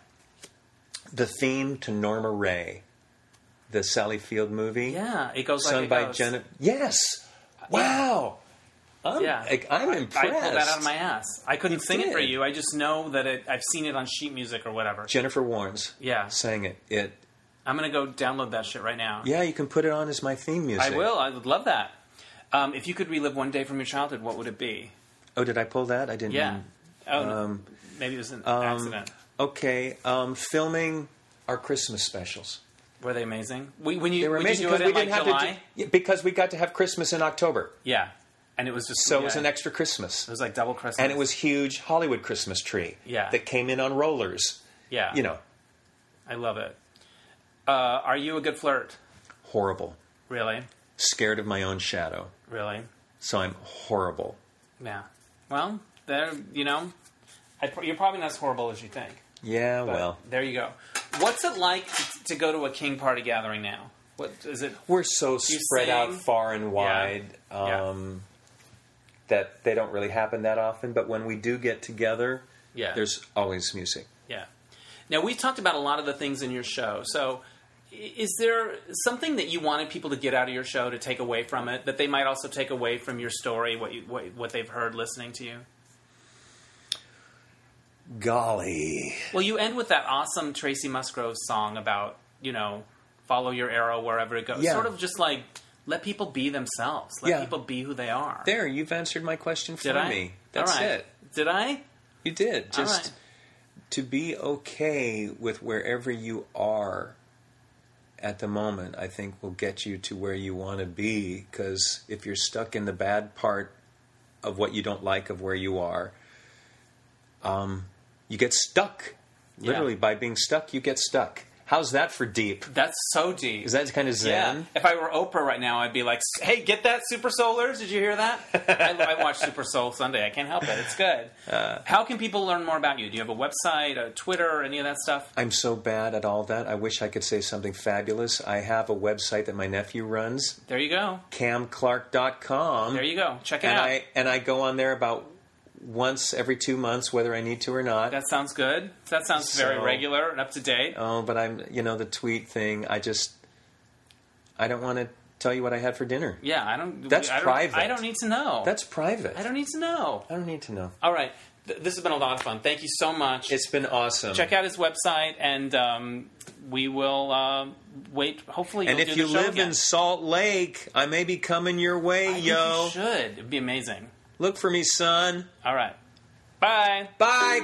The theme to Norma Ray, the Sally Field movie,
Yeah, it goes
sung
like it
by
goes.
Jennifer. Yes. Wow. I'm,
Yeah.
I, am
I
impressed.
pulled that out of my ass. I couldn't sing it for
did.
you. I just know that it, I've seen it on sheet music or whatever.
Jennifer Warnes.
Yeah.
Sang it. It.
I'm gonna go download that shit right now.
Yeah, you can put it on as my theme
I
music.
will. I would love that. Um, if you could relive one day from your childhood, what would it be?
Oh, did I pull that? I didn't.
Yeah. Oh, no. maybe it was an accident.
Okay. Um, filming our Christmas specials.
Were they amazing? We, when you,
They were
would
amazing
you do
because
it
we
in like
didn't have
July?
to do, yeah, because we got to have Christmas in October,
yeah, and it was just
so
yeah.
it was an extra Christmas,
It was like double Christmas,
and it was huge Hollywood Christmas tree
Yeah.
that came in on rollers.
yeah.
You know,
I love it. Uh, are you a good flirt?
horrible.
Really,
Scared of my own shadow,
really?
so I'm horrible.
Yeah. Well, there. You know, I, pr- you're probably not as horrible as you think.
Yeah,
But
well,
there you go. What's it like t- to go to a king party gathering now? What is it?
we're so spread out
sing?
far and wide
Yeah.
Um, that they don't really happen that often. But when we do get together,
Yeah.
there's always music.
Yeah. Now we talked about a lot of the things in your show. So i- is there something that you wanted people to get out of your show to take away from it that they might also take away from your story what you, what, what they've heard listening to you?
Golly.
Well, you end with that awesome Tracy Musgrove song about, you know, follow your arrow wherever it goes.
Yeah.
Sort of just like let people be themselves. Let
Yeah.
people be who they are.
There, you've answered my question for
Did I?
me. That's
All right.
it.
Did I?
You did.
All
Just
right.
to be okay with wherever you are at the moment, I think will get you to where you want to be. Because if you're stuck in the bad part of what you don't like of where you are, um, you get stuck. Literally, by being stuck, you get stuck. How's that for deep?
That's so deep.
Is that kind of zen?
Yeah. If I were Oprah right now, I'd be like, "Hey, get that Super Solars? Did you hear that? I, I watch Super Soul Sunday. I can't help it. It's good.
Uh,
How can people learn more about you? Do you have a website, a Twitter, any of that stuff?
I'm so bad at all that. I wish I could say something fabulous. I have a website that my nephew runs,
There you go.
camclark.com.
There you go. Check it
and
out.
I and I go on there about once every two months, whether I need to or not.
that sounds good. That sounds very
So-
regular and up to date.
oh, but I'm you know the tweet thing. I just I don't want to tell you what I had for dinner.
yeah, I don't.
That's
I don't,
private.
I don't need to know.
That's private.
I don't need to know.
I don't need to know.
All right. Th- this has been a lot of fun. Thank you so much.
It's been awesome.
Check out his website, and um, we will uh, wait. Hopefully,
and
you'll
if
do
you
the show
live
again.
in Salt Lake, I may be coming your way,
I think
yo.
you should. It'd be amazing.
Look for me, son.
All right. Bye.
Bye.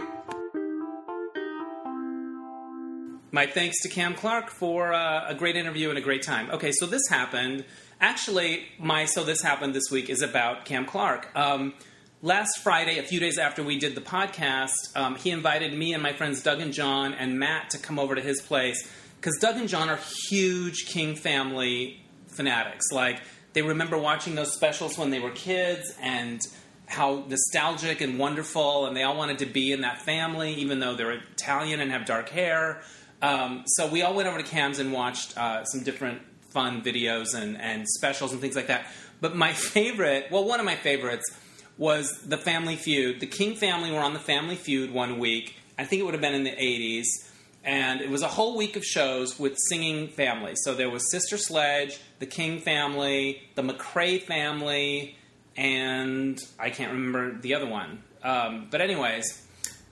My thanks to Cam Clark for uh, a great interview and a great time. Okay, so this happened. Actually, my so this happened this week is about Cam Clark. Um, last Friday, a few days after we did the podcast, um, he invited me and my friends Doug and John and Matt to come over to his place because Doug and John are huge King family fanatics. Like they remember watching those specials when they were kids and how nostalgic and wonderful, and they all wanted to be in that family, even though they're Italian and have dark hair. Um, so we all went over to Cam's and watched uh, some different fun videos and, and specials and things like that. But my favorite, well, one of my favorites was the Family Feud. The King family were on the Family Feud one week. I think it would have been in the 80s and it was a whole week of shows with singing families. So there was Sister Sledge, the King family, the McRae family, and I can't remember the other one. Um, but anyways,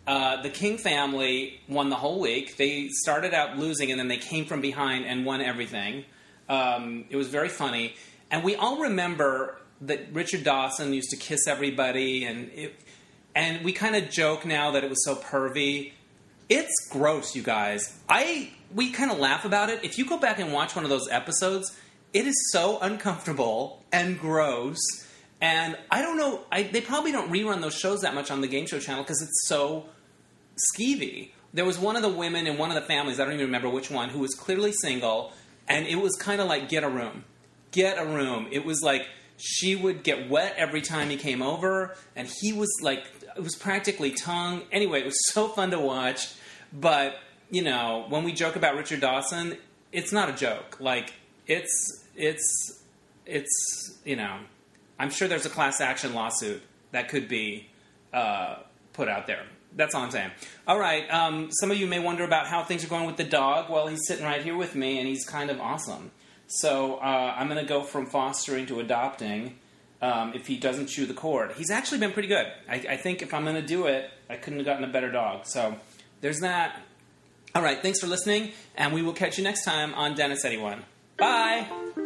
uh, the King family won the whole week. They started out losing, and then they came from behind and won everything. Um, it was very funny, and we all remember that Richard Dawson used to kiss everybody, and it, and we kind of joke now that it was so pervy. It's gross, you guys. I we kind of laugh about it. If you go back and watch one of those episodes, it is so uncomfortable and gross. And I don't know. I, they probably don't rerun those shows that much on the Game Show Channel because it's so skeevy. There was one of the women in one of the families, I don't even remember which one, who was clearly single, and it was kind of like get a room. Get a room. It was like she would get wet every time he came over, and he was like, it was practically tongue. Anyway, it was so fun to watch, but you know, when we joke about Richard Dawson, it's not a joke. Like, it's, it's, it's, you know, I'm sure there's a class action lawsuit that could be uh, put out there. That's all I'm saying. All right. Um, some of you may wonder about how things are going with the dog. Well, he's sitting right here with me, and he's kind of awesome. So uh, I'm going to go from fostering to adopting um, if he doesn't chew the cord. He's actually been pretty good. I, I think if I'm going to do it, I couldn't have gotten a better dog. So there's that. All right. Thanks for listening, and we will catch you next time on Dennis Anyone. Bye.